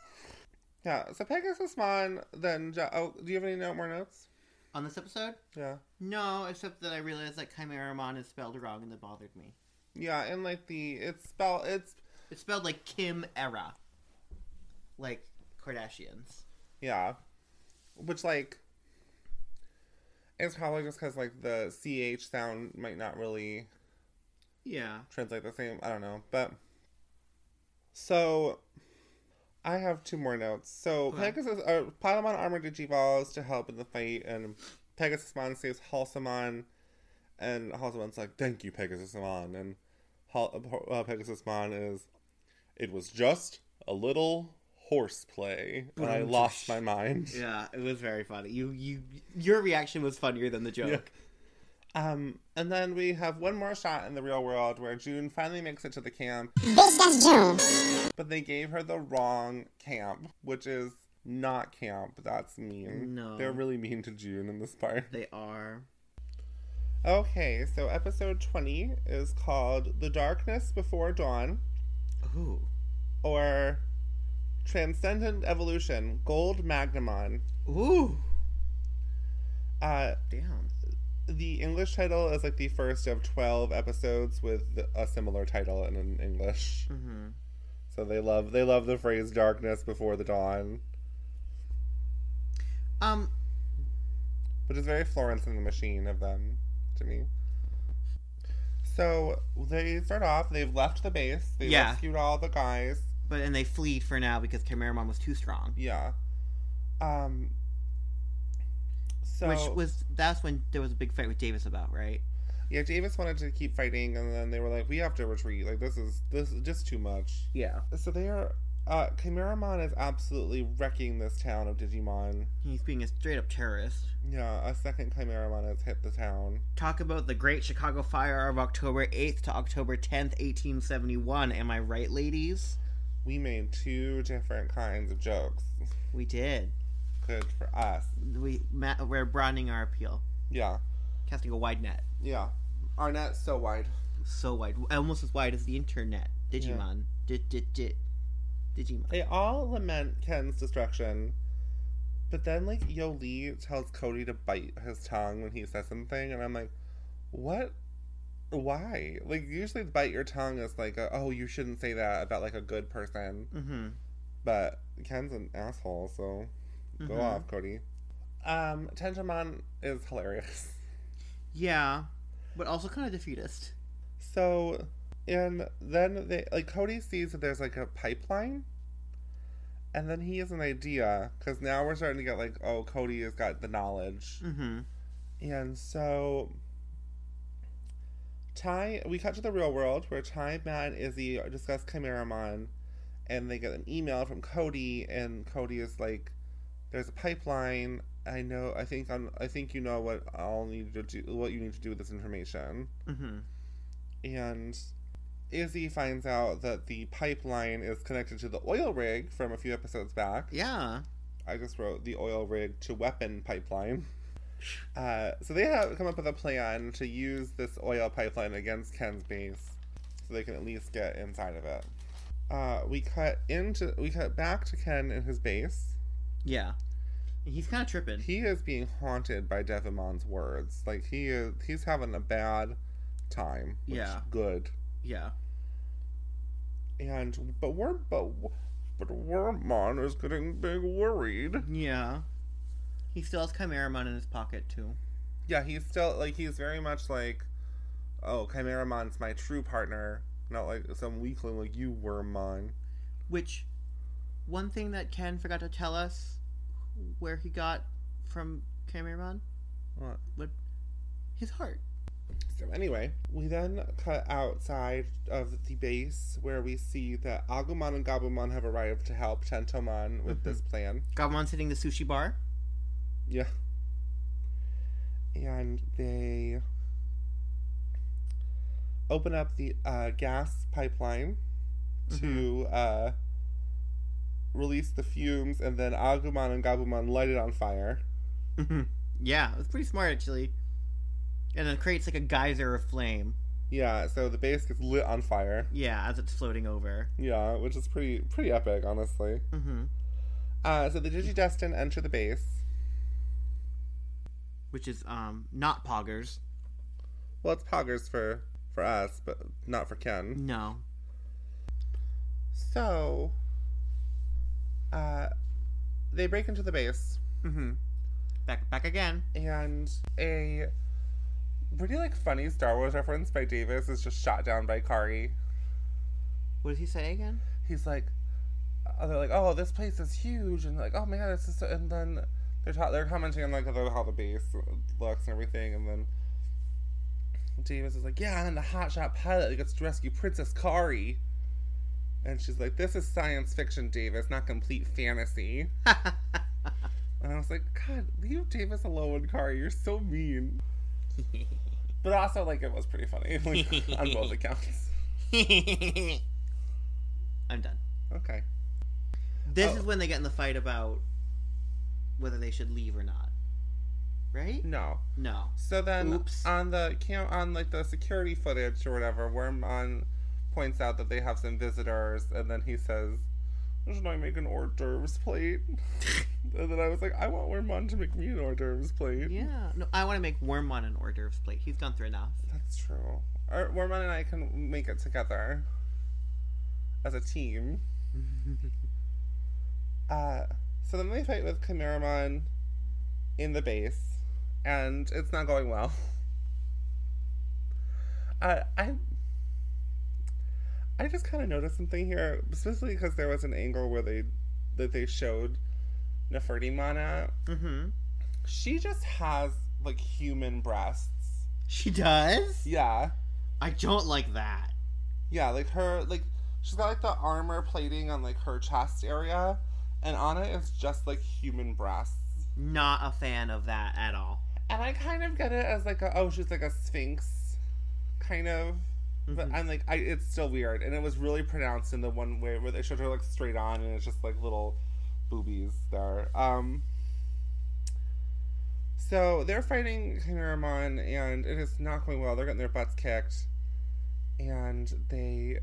Speaker 2: yeah. So Pegasus Mon then. Jo- oh, do you have any note more notes?
Speaker 1: On this episode,
Speaker 2: Yeah.
Speaker 1: No, except that I realized that Chimera Mon is spelled wrong and that bothered me.
Speaker 2: Yeah, and like the it's spell it's
Speaker 1: It's spelled like Kim Era. Like Kardashians.
Speaker 2: yeah, which like it's probably just because like the ch sound might not really
Speaker 1: Yeah.
Speaker 2: translate the same. I don't know, but so I have two more notes. So
Speaker 1: Okay.
Speaker 2: Pegasus, uh, Patamon armored Digivolves to help in the fight, and Pegasusmon saves Halsamon, and Halsamon's like, "Thank you, Pegasusmon," and Hal- uh, Pegasusmon is, "It was just a little horseplay, and I
Speaker 1: Um,
Speaker 2: lost my mind."
Speaker 1: Yeah, it was very funny. You you your reaction was funnier than the joke.
Speaker 2: Um, and then we have one more shot in the real world where June finally makes it to the camp. But they gave her the wrong camp, which is not camp. That's mean.
Speaker 1: No.
Speaker 2: They're really mean to June in this part.
Speaker 1: They are.
Speaker 2: Okay, so episode 20 is called The Darkness Before Dawn
Speaker 1: Ooh.
Speaker 2: or Transcendent Evolution Gold Magnamon.
Speaker 1: Ooh.
Speaker 2: Uh,
Speaker 1: Damn.
Speaker 2: the English title is like the first of 12 episodes with a similar title in- in English.
Speaker 1: Mm-hmm.
Speaker 2: So they love they love the phrase darkness before the dawn,
Speaker 1: Um,
Speaker 2: which is very Florence and the Machine of them to me. So they start off, they've left the base, they
Speaker 1: Yeah.
Speaker 2: rescued all the guys.
Speaker 1: but and they fleed for now because Chimera Mon was too strong.
Speaker 2: Yeah. Um so
Speaker 1: Which was that's when there was a big fight with Davis about, right?
Speaker 2: yeah, Davis wanted to keep fighting and then they were like, We have to retreat. Like this is this is just too much.
Speaker 1: Yeah.
Speaker 2: So they are uh Chimeramon is absolutely wrecking this town of Digimon.
Speaker 1: He's being a straight up terrorist.
Speaker 2: Yeah, a second Chimeramon has hit the town.
Speaker 1: talk about the Great Chicago Fire of October 8th to October 10th, 1871. Am I right, ladies?
Speaker 2: We made two different kinds of jokes.
Speaker 1: We did.
Speaker 2: Good for us.
Speaker 1: We ma- we're broadening our appeal,
Speaker 2: Yeah.
Speaker 1: casting a wide net,
Speaker 2: Yeah. Our net's so wide.
Speaker 1: so wide, almost as wide as the internet. Digimon, Di- di- di- Digimon.
Speaker 2: They all lament Ken's destruction, but then, like, Yo Lee tells Cody to bite his tongue when he says something, and I'm like, what? Why? Like, usually bite your tongue is like, a, oh, you shouldn't say that about, like, a good person.
Speaker 1: Mm-hmm.
Speaker 2: But Ken's an asshole, so go
Speaker 1: Mhm.
Speaker 2: off, Cody. Um, Tenjamon is hilarious.
Speaker 1: Yeah, but also kind of defeatist.
Speaker 2: So, and then they like Cody sees that there's like a pipeline, and then he has an idea because now we're starting to get like, oh, Cody has got the knowledge,
Speaker 1: Mm-hmm.
Speaker 2: and so Ty. We cut to the real world where Ty, Matt, and Izzy discuss Chimeramon, and they get an email from Cody, and Cody is like, "There's a pipeline." I know. I think. I'm, I think you know what I'll need to do. What you need to do with this information
Speaker 1: Mm-hmm.
Speaker 2: and Izzy finds out that the pipeline is connected to the oil rig from a few episodes back.
Speaker 1: Yeah.
Speaker 2: I just wrote the oil rig to weapon pipeline. Uh, so they have come up with a plan to use this oil pipeline against Ken's base, so they can at least get inside of it. Uh, we cut into we cut back to Ken in his base.
Speaker 1: Yeah. He's kind of tripping.
Speaker 2: He is being haunted by Devimon's words. Like he is he's having a bad time. which
Speaker 1: Yeah.
Speaker 2: Good.
Speaker 1: Yeah.
Speaker 2: And but we're but but Wormmon is getting big worried.
Speaker 1: Yeah. He still has Chimeramon in his pocket, too.
Speaker 2: Yeah, he's still like he's very much like, oh, Chimeramon's my true partner, not like some weakling like you, Wormmon.
Speaker 1: Which, one thing that Ken forgot to tell us where he got from Chimeramon,
Speaker 2: What?
Speaker 1: what his heart.
Speaker 2: So anyway, we then cut outside of the base where we see that Agumon and Gabumon have arrived to help Tentomon with this plan.
Speaker 1: Gabumon's hitting the sushi bar.
Speaker 2: Yeah. And they open up the uh, gas pipeline to uh, release the fumes, and then Agumon and Gabumon light it on fire. Mm-hmm.
Speaker 1: yeah, it was pretty smart, actually. And it creates like a geyser of flame.
Speaker 2: Yeah, so the base gets lit on fire.
Speaker 1: Yeah, as it's floating over.
Speaker 2: Yeah, which is pretty pretty epic, honestly.
Speaker 1: Mm-hmm.
Speaker 2: Uh, so the Digidestin enter the base.
Speaker 1: Which is um not poggers.
Speaker 2: Well, it's Poggers for for us, but not for Ken.
Speaker 1: No.
Speaker 2: So, uh, they break into the base,
Speaker 1: Mm-hmm. Back back again.
Speaker 2: and a pretty like funny Star Wars reference by Davis is just shot down by Kari.
Speaker 1: What does he say again?
Speaker 2: He's like, uh, they're like, oh, this place is huge, and they're like, oh man, this is, so... and then they're ta- they're commenting on like the- how the base looks and everything, and then Davis is like, yeah, and then the hotshot pilot gets to rescue Princess Kari. And she's like, this is science fiction, Davis, not complete fantasy. And I was like, God, leave Davis alone, Kari. You're so mean. but also, like, it was pretty funny like, on both accounts.
Speaker 1: I'm done.
Speaker 2: Okay.
Speaker 1: This
Speaker 2: Oh.
Speaker 1: is when they get in the fight about whether they should leave or not. Right?
Speaker 2: No.
Speaker 1: No.
Speaker 2: So then,
Speaker 1: Oops.
Speaker 2: on the cam, on like the security footage or whatever, Wormmon points out that they have some visitors, and then he says, "Should I make an hors d'oeuvres plate?" and then I was like, "I want Wormmon to make me an hors d'oeuvres plate."
Speaker 1: Yeah. No, I want to make Wormmon an hors d'oeuvres plate. He's gone through enough.
Speaker 2: That's true. Or Wormmon and I can make it together as a team. uh, so then they fight with Chimeramon in the base, and it's not going well. Uh, I I just kind of noticed something here, especially because there was an angle where they that they showed Nefertimon at.
Speaker 1: Mm-hmm.
Speaker 2: She just has like human breasts.
Speaker 1: She does?
Speaker 2: Yeah.
Speaker 1: I don't like that.
Speaker 2: Yeah, like her, like she's got like the armor plating on like her chest area, and on it is just like human breasts.
Speaker 1: Not a fan of that at all.
Speaker 2: And I kind of get it as like a oh she's like a sphinx, kind of. But
Speaker 1: Mhm.
Speaker 2: I'm like I it's still weird, and it was really pronounced in the one way where they showed her like straight on, and it's just like little boobies there. Um. So they're fighting Chimeramon, and it is not going well. They're getting their butts kicked, and they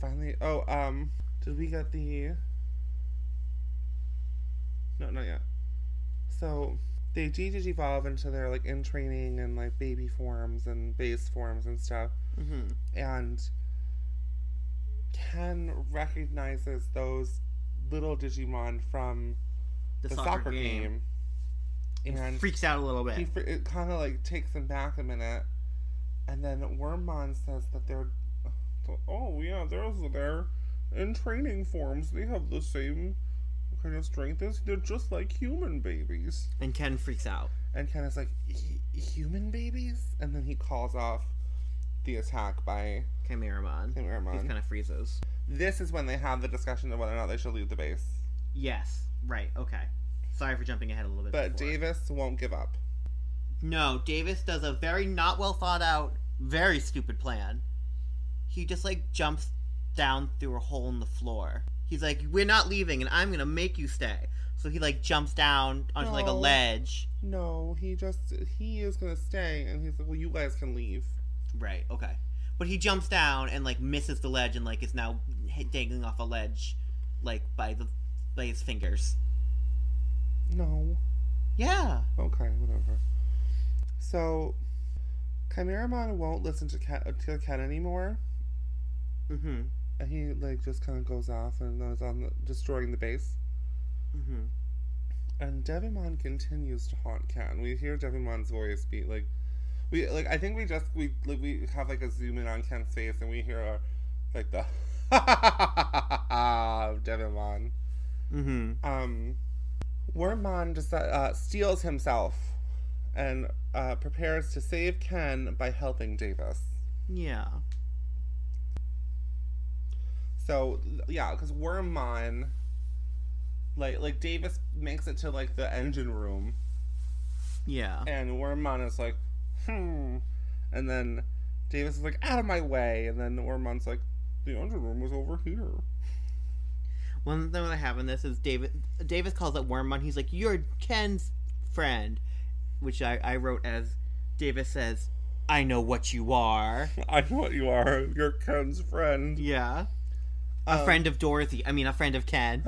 Speaker 2: finally. Oh, um, did we get the? No, not yet. So they Gigi evolve into their like in training and like baby forms and base forms and stuff.
Speaker 1: Mm-hmm.
Speaker 2: And Ken recognizes those little Digimon from
Speaker 1: The,
Speaker 2: the, soccer, game.
Speaker 1: And
Speaker 2: And
Speaker 1: freaks out a little bit.
Speaker 2: he fr- it kind of like takes him back a minute. And then Wormmon says that they're, oh yeah, there's they're in training forms. They have the same kind of strength as they're just like human babies.
Speaker 1: and Ken freaks out.
Speaker 2: and Ken is like, "Hu- human babies? And then he calls off the attack by
Speaker 1: Chimeramon. He
Speaker 2: Imramon.
Speaker 1: kind of freezes.
Speaker 2: This is when they have the discussion of whether or not they should leave the base.
Speaker 1: Yes. Right. Okay. Sorry for jumping ahead a little bit.
Speaker 2: But
Speaker 1: before.
Speaker 2: Davis won't give up.
Speaker 1: No, Davis does a very not well thought out, very stupid plan. He just like jumps down through a hole in the floor. He's like, "We're not leaving, and I'm gonna make you stay." So he like jumps down onto like a
Speaker 2: No.
Speaker 1: ledge.
Speaker 2: No, he just he is gonna stay, and he's like, "Well, you guys can leave."
Speaker 1: Right. Okay. But he jumps down and like misses the ledge and like is now hit- dangling off a ledge, like by the by his fingers.
Speaker 2: No.
Speaker 1: Yeah.
Speaker 2: Okay, whatever. So, Chimeramon won't listen to Cat to Cat anymore,
Speaker 1: Mm-hmm.
Speaker 2: and he like just kind of goes off and is on the, destroying the base.
Speaker 1: Mm-hmm.
Speaker 2: And Devimon continues to haunt Cat, and we hear Devimon's voice be like, we like I think we just we like, we have like a zoom in on Ken's face, and we hear our, like the of Devimon.
Speaker 1: Mm-hmm.
Speaker 2: um, Wormmon just, uh, steals himself and uh, prepares to save Ken by helping Davis.
Speaker 1: Yeah.
Speaker 2: So yeah, because Wormmon, like like Davis makes it to like the engine room,
Speaker 1: Yeah.
Speaker 2: and Wormmon is like, hmm, and then Davis is like, out of my way, and then Wormmon's like, the engine room was over here.
Speaker 1: One thing that happened this is David Davis calls it Wormmon. He's like, You're Ken's friend which I, I wrote as Davis says, I know what you are.
Speaker 2: I know what you are. You're Ken's friend.
Speaker 1: Yeah. A
Speaker 2: Um,
Speaker 1: friend of Dorothy. I mean a friend of Ken.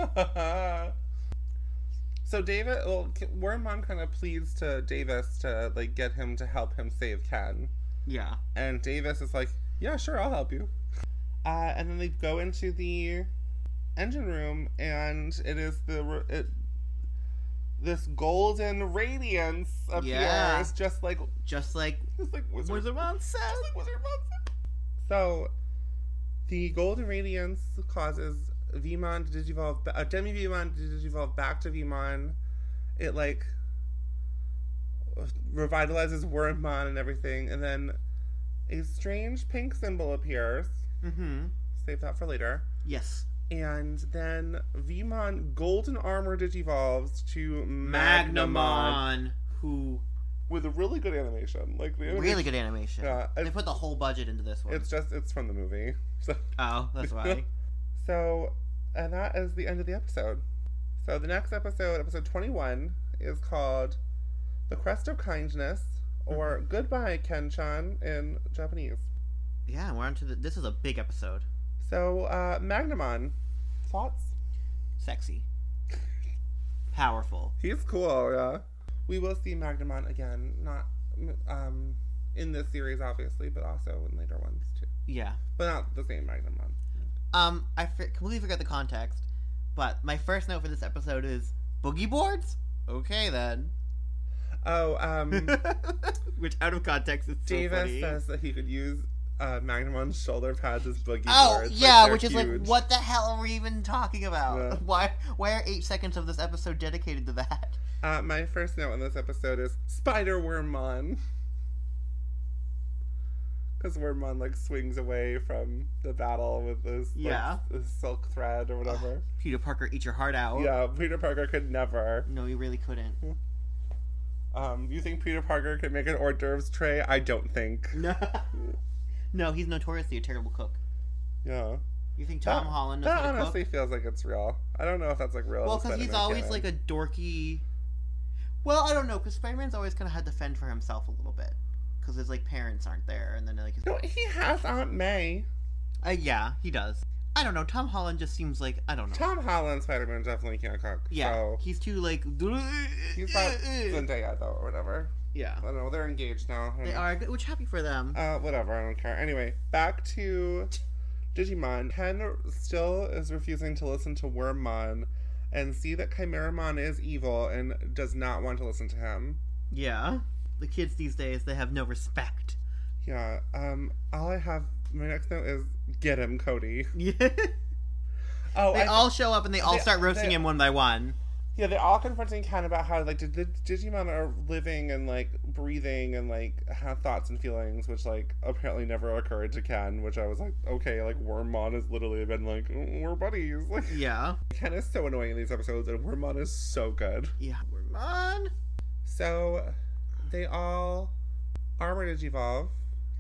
Speaker 2: so David, well, K- Wormmon kind of pleads to Davis to like get him to help him save Ken,
Speaker 1: yeah.
Speaker 2: and Davis is like, "Yeah, sure, I'll help you." Uh, and then they go into the engine room, and it is the r- it, this golden radiance appears,
Speaker 1: Yeah.
Speaker 2: just like
Speaker 1: Just like
Speaker 2: just like Wizard,
Speaker 1: Wizard Mom says.
Speaker 2: just like Wizard Monster. So the golden radiance causes Vimon to digivolve, ba- uh, Demi Vimon to digivolve back to Vimon. It like revitalizes Wormmon and everything, and then a strange pink symbol appears.
Speaker 1: Mm-hmm.
Speaker 2: Save that for later.
Speaker 1: Yes.
Speaker 2: And then Vimon golden armor digivolves to Magnemon
Speaker 1: Magnamon, who
Speaker 2: with a really good animation. Like the animation,
Speaker 1: really good animation.
Speaker 2: Yeah,
Speaker 1: they
Speaker 2: it's-
Speaker 1: put the whole budget into this one.
Speaker 2: Uh, It's just it's from the movie. So
Speaker 1: oh, that's why.
Speaker 2: So, and that is the end of the episode. So, the next episode, episode 21, is called The Crest of Kindness or Goodbye Kenchan in Japanese.
Speaker 1: yeah, we're on to the this is a big episode.
Speaker 2: So, uh, Magnamon, thoughts?
Speaker 1: Sexy. Powerful.
Speaker 2: He's cool, yeah. We will see Magnamon again, not um, in this series, obviously, but also in later ones, too.
Speaker 1: Yeah.
Speaker 2: But not the same Magnamon.
Speaker 1: Um, I f- completely forgot the context, but my first note for this episode is boogie boards. Okay then.
Speaker 2: Oh, um,
Speaker 1: Which out of context is so
Speaker 2: Davis
Speaker 1: funny.
Speaker 2: says that he could use uh, Magnamon's shoulder pads as boogie
Speaker 1: Oh
Speaker 2: boards. like,
Speaker 1: yeah,
Speaker 2: they're
Speaker 1: which is like,
Speaker 2: huge.
Speaker 1: what the hell are we even talking about?
Speaker 2: Yeah.
Speaker 1: Why why are eight seconds of this episode dedicated to that?
Speaker 2: Uh, my first note on this episode is Spider Wormmon. Because Wormmon, like, swings away from the battle with this, like,
Speaker 1: Yeah.
Speaker 2: this silk thread or whatever.
Speaker 1: Peter Parker, eat your heart out.
Speaker 2: Yeah, Peter Parker could never.
Speaker 1: No, you really couldn't.
Speaker 2: Um, you think Peter Parker could make an hors d'oeuvres tray? I don't think.
Speaker 1: No. no, he's notoriously a terrible cook.
Speaker 2: Yeah.
Speaker 1: You think Tom
Speaker 2: That-
Speaker 1: Holland knows
Speaker 2: That
Speaker 1: how to
Speaker 2: honestly
Speaker 1: cook?
Speaker 2: feels like it's real. I don't know if that's, like, real.
Speaker 1: Well,
Speaker 2: in the
Speaker 1: because he's
Speaker 2: Spider-Man
Speaker 1: always
Speaker 2: canon.
Speaker 1: like a dorky. Well, I don't know, because Spider Man's always kind of had to fend for himself a little bit, because his like parents aren't there, and then like his...
Speaker 2: No, he has Aunt May.
Speaker 1: uh, yeah, he does. I don't know. Tom Holland just seems like I don't know.
Speaker 2: Tom Holland Spider Man definitely can't cook.
Speaker 1: yeah,
Speaker 2: So
Speaker 1: he's too like.
Speaker 2: he's not Zendaya, though, or whatever.
Speaker 1: yeah,
Speaker 2: I don't know. They're engaged now.
Speaker 1: they are. good- Which happy for them.
Speaker 2: Uh, whatever, I don't care. Anyway, back to Digimon. Ken still is refusing to listen to Wormmon and see that Chimeramon is evil and does not want to listen to him.
Speaker 1: yeah, the kids these days they have no respect.
Speaker 2: Yeah, um, all I have, my next note is get him, Cody.
Speaker 1: Yeah,
Speaker 2: Oh,
Speaker 1: they
Speaker 2: and-
Speaker 1: all show up and they all
Speaker 2: They-
Speaker 1: start roasting
Speaker 2: they-
Speaker 1: him one by one.
Speaker 2: yeah, they're all confronting Ken about how, like, the the Digimon are living and, like, breathing and, like, have thoughts and feelings, which, like, apparently never occurred to Ken, which I was like, okay, like, Wormmon has literally been like, "Mm, we're buddies. Like,
Speaker 1: Yeah,
Speaker 2: Ken is so annoying in these episodes, and Wormmon is so good.
Speaker 1: yeah, we're on.
Speaker 2: So they all armor digivolve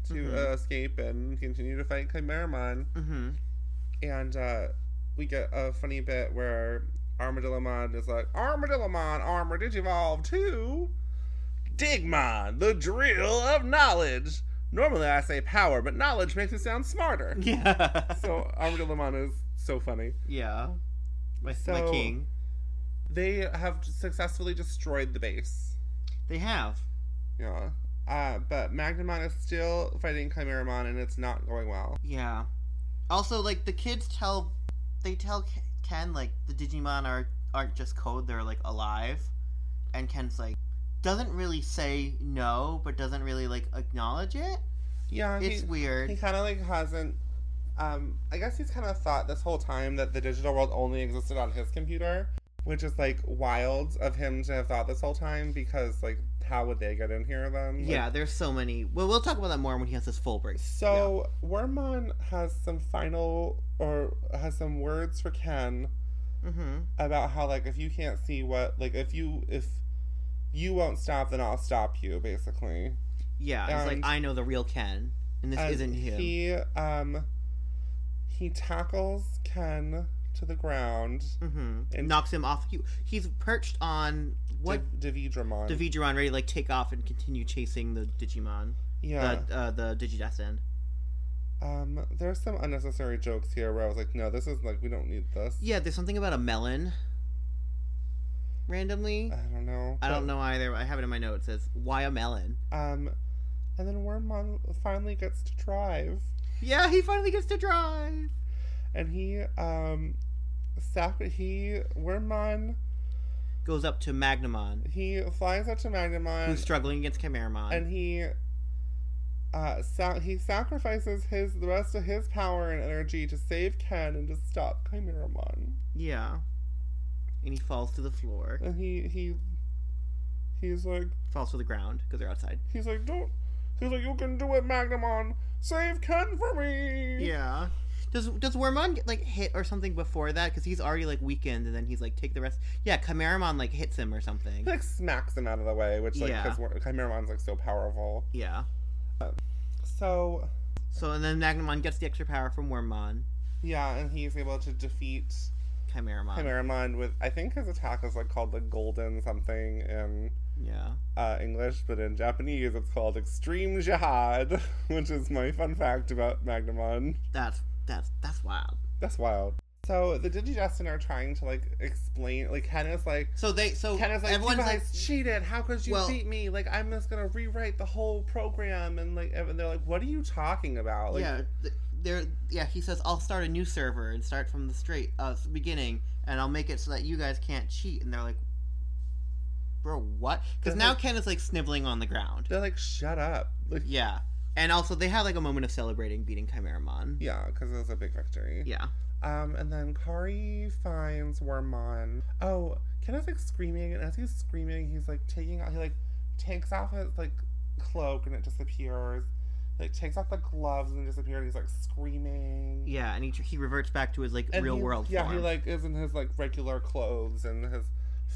Speaker 2: to
Speaker 1: Mhm.
Speaker 2: uh, escape and continue to fight Chimeramon.
Speaker 1: Mm-hmm.
Speaker 2: and uh, we get a funny bit where Armadillomon is like, Armadillomon, armor digivolve to Digmon, the drill of knowledge. Normally I say power, but knowledge makes it sound smarter.
Speaker 1: Yeah.
Speaker 2: so Armadillomon is so funny.
Speaker 1: yeah. My, my
Speaker 2: So-
Speaker 1: king.
Speaker 2: They have successfully destroyed the base.
Speaker 1: They have.
Speaker 2: Yeah. Uh, but Magnamon is still fighting Chimeramon and it's not going well.
Speaker 1: Yeah. Also, like the kids tell, they tell Ke- Ken like the Digimon are aren't just code; they're like alive, and Ken's like doesn't really say no, but doesn't really like acknowledge it.
Speaker 2: Yeah, he-
Speaker 1: It's weird.
Speaker 2: He kind of like hasn't. Um, I guess he's kind of thought this whole time that the digital world only existed on his computer, which is like wild of him to have thought this whole time because like how would they get in here then? Like,
Speaker 1: yeah, there's so many. Well, we'll talk about that more when he has his full brace.
Speaker 2: So Wormmon has some final or has some words for Ken
Speaker 1: Mm-hmm.
Speaker 2: about how like if you can't see what like if you if you won't stop then I'll stop you basically.
Speaker 1: Yeah, he's like,
Speaker 2: And-
Speaker 1: I know the real Ken, and this
Speaker 2: And
Speaker 1: isn't him.
Speaker 2: He um he tackles Ken to the ground.
Speaker 1: hmm
Speaker 2: and-
Speaker 1: Knocks him off. He, he's perched on what
Speaker 2: Div- Dividramon.
Speaker 1: the Digimon ready to like take off and continue chasing the Digimon,
Speaker 2: yeah.
Speaker 1: the uh, the Digidescend.
Speaker 2: um, there's some unnecessary jokes here where I was like, no, this is like we don't need this.
Speaker 1: Yeah, there's something about a melon. Randomly,
Speaker 2: I don't know.
Speaker 1: I don't
Speaker 2: But,
Speaker 1: know either. but I have it in my notes. It says why a melon?
Speaker 2: Um, and then Wormmon finally gets to drive,
Speaker 1: Yeah, he finally gets to drive.
Speaker 2: and he um, sac- he Wormmon
Speaker 1: Goes up to Magnamon,
Speaker 2: he flies up to
Speaker 1: who's
Speaker 2: Magnamon,
Speaker 1: struggling against Chimeramon.
Speaker 2: and he. Uh, sa- he sacrifices his the rest of his power and energy to save Ken and to stop Chimeramon.
Speaker 1: yeah, and he falls to the floor,
Speaker 2: And he he he's like
Speaker 1: falls to the ground because they're outside.
Speaker 2: He's like, don't. He's like, you can do it, Magnamon. Save Ken for me.
Speaker 1: Yeah. Does does Wormmon get like hit or something before that? Because he's already like weakened, and then he's like take the rest. Yeah, Chimeramon like hits him or something.
Speaker 2: He like smacks him out of the way, which like
Speaker 1: Yeah.
Speaker 2: because Chimeramon's like so powerful.
Speaker 1: Yeah.
Speaker 2: So
Speaker 1: So and then Magnamon gets the extra power from Wormmon,
Speaker 2: yeah, and he's able to defeat Uh.
Speaker 1: Chimeramon.
Speaker 2: Chimeramon with I think his attack is like called like golden something in
Speaker 1: yeah.
Speaker 2: uh, English, but in Japanese it's called extreme jihad, which is my fun fact about Magnamon.
Speaker 1: That's that's that's wild.
Speaker 2: That's wild. So the Digidestin are trying to like explain like Ken is like
Speaker 1: So they so
Speaker 2: Ken is like, you
Speaker 1: everyone's
Speaker 2: guys
Speaker 1: like
Speaker 2: cheated. How could you
Speaker 1: Well-
Speaker 2: beat me? Like, I'm just gonna rewrite the whole program, and like, and they're like, what are you talking about? Like,
Speaker 1: yeah, th- they're yeah. He says I'll start a new server and start from the straight uh, beginning, and I'll make it so that you guys can't cheat. And they're like, bro, what? Because
Speaker 2: They're
Speaker 1: now
Speaker 2: like-
Speaker 1: Ken is like sniveling on the ground.
Speaker 2: they're like, shut up. Like,
Speaker 1: Yeah, and also they have like a moment of celebrating beating Chimeramon.
Speaker 2: yeah, because it was a big victory.
Speaker 1: Yeah.
Speaker 2: Um, and then Kari finds Wormmon. Oh, Ken is like screaming, and as he's screaming, he's like taking out. He like takes off his like cloak, and it disappears. He, like takes off the gloves, and it disappears. And he's like screaming.
Speaker 1: Yeah, and he, tr- he reverts back to his like
Speaker 2: And
Speaker 1: real
Speaker 2: he-
Speaker 1: world
Speaker 2: Yeah,
Speaker 1: form.
Speaker 2: he like is in his like regular clothes and his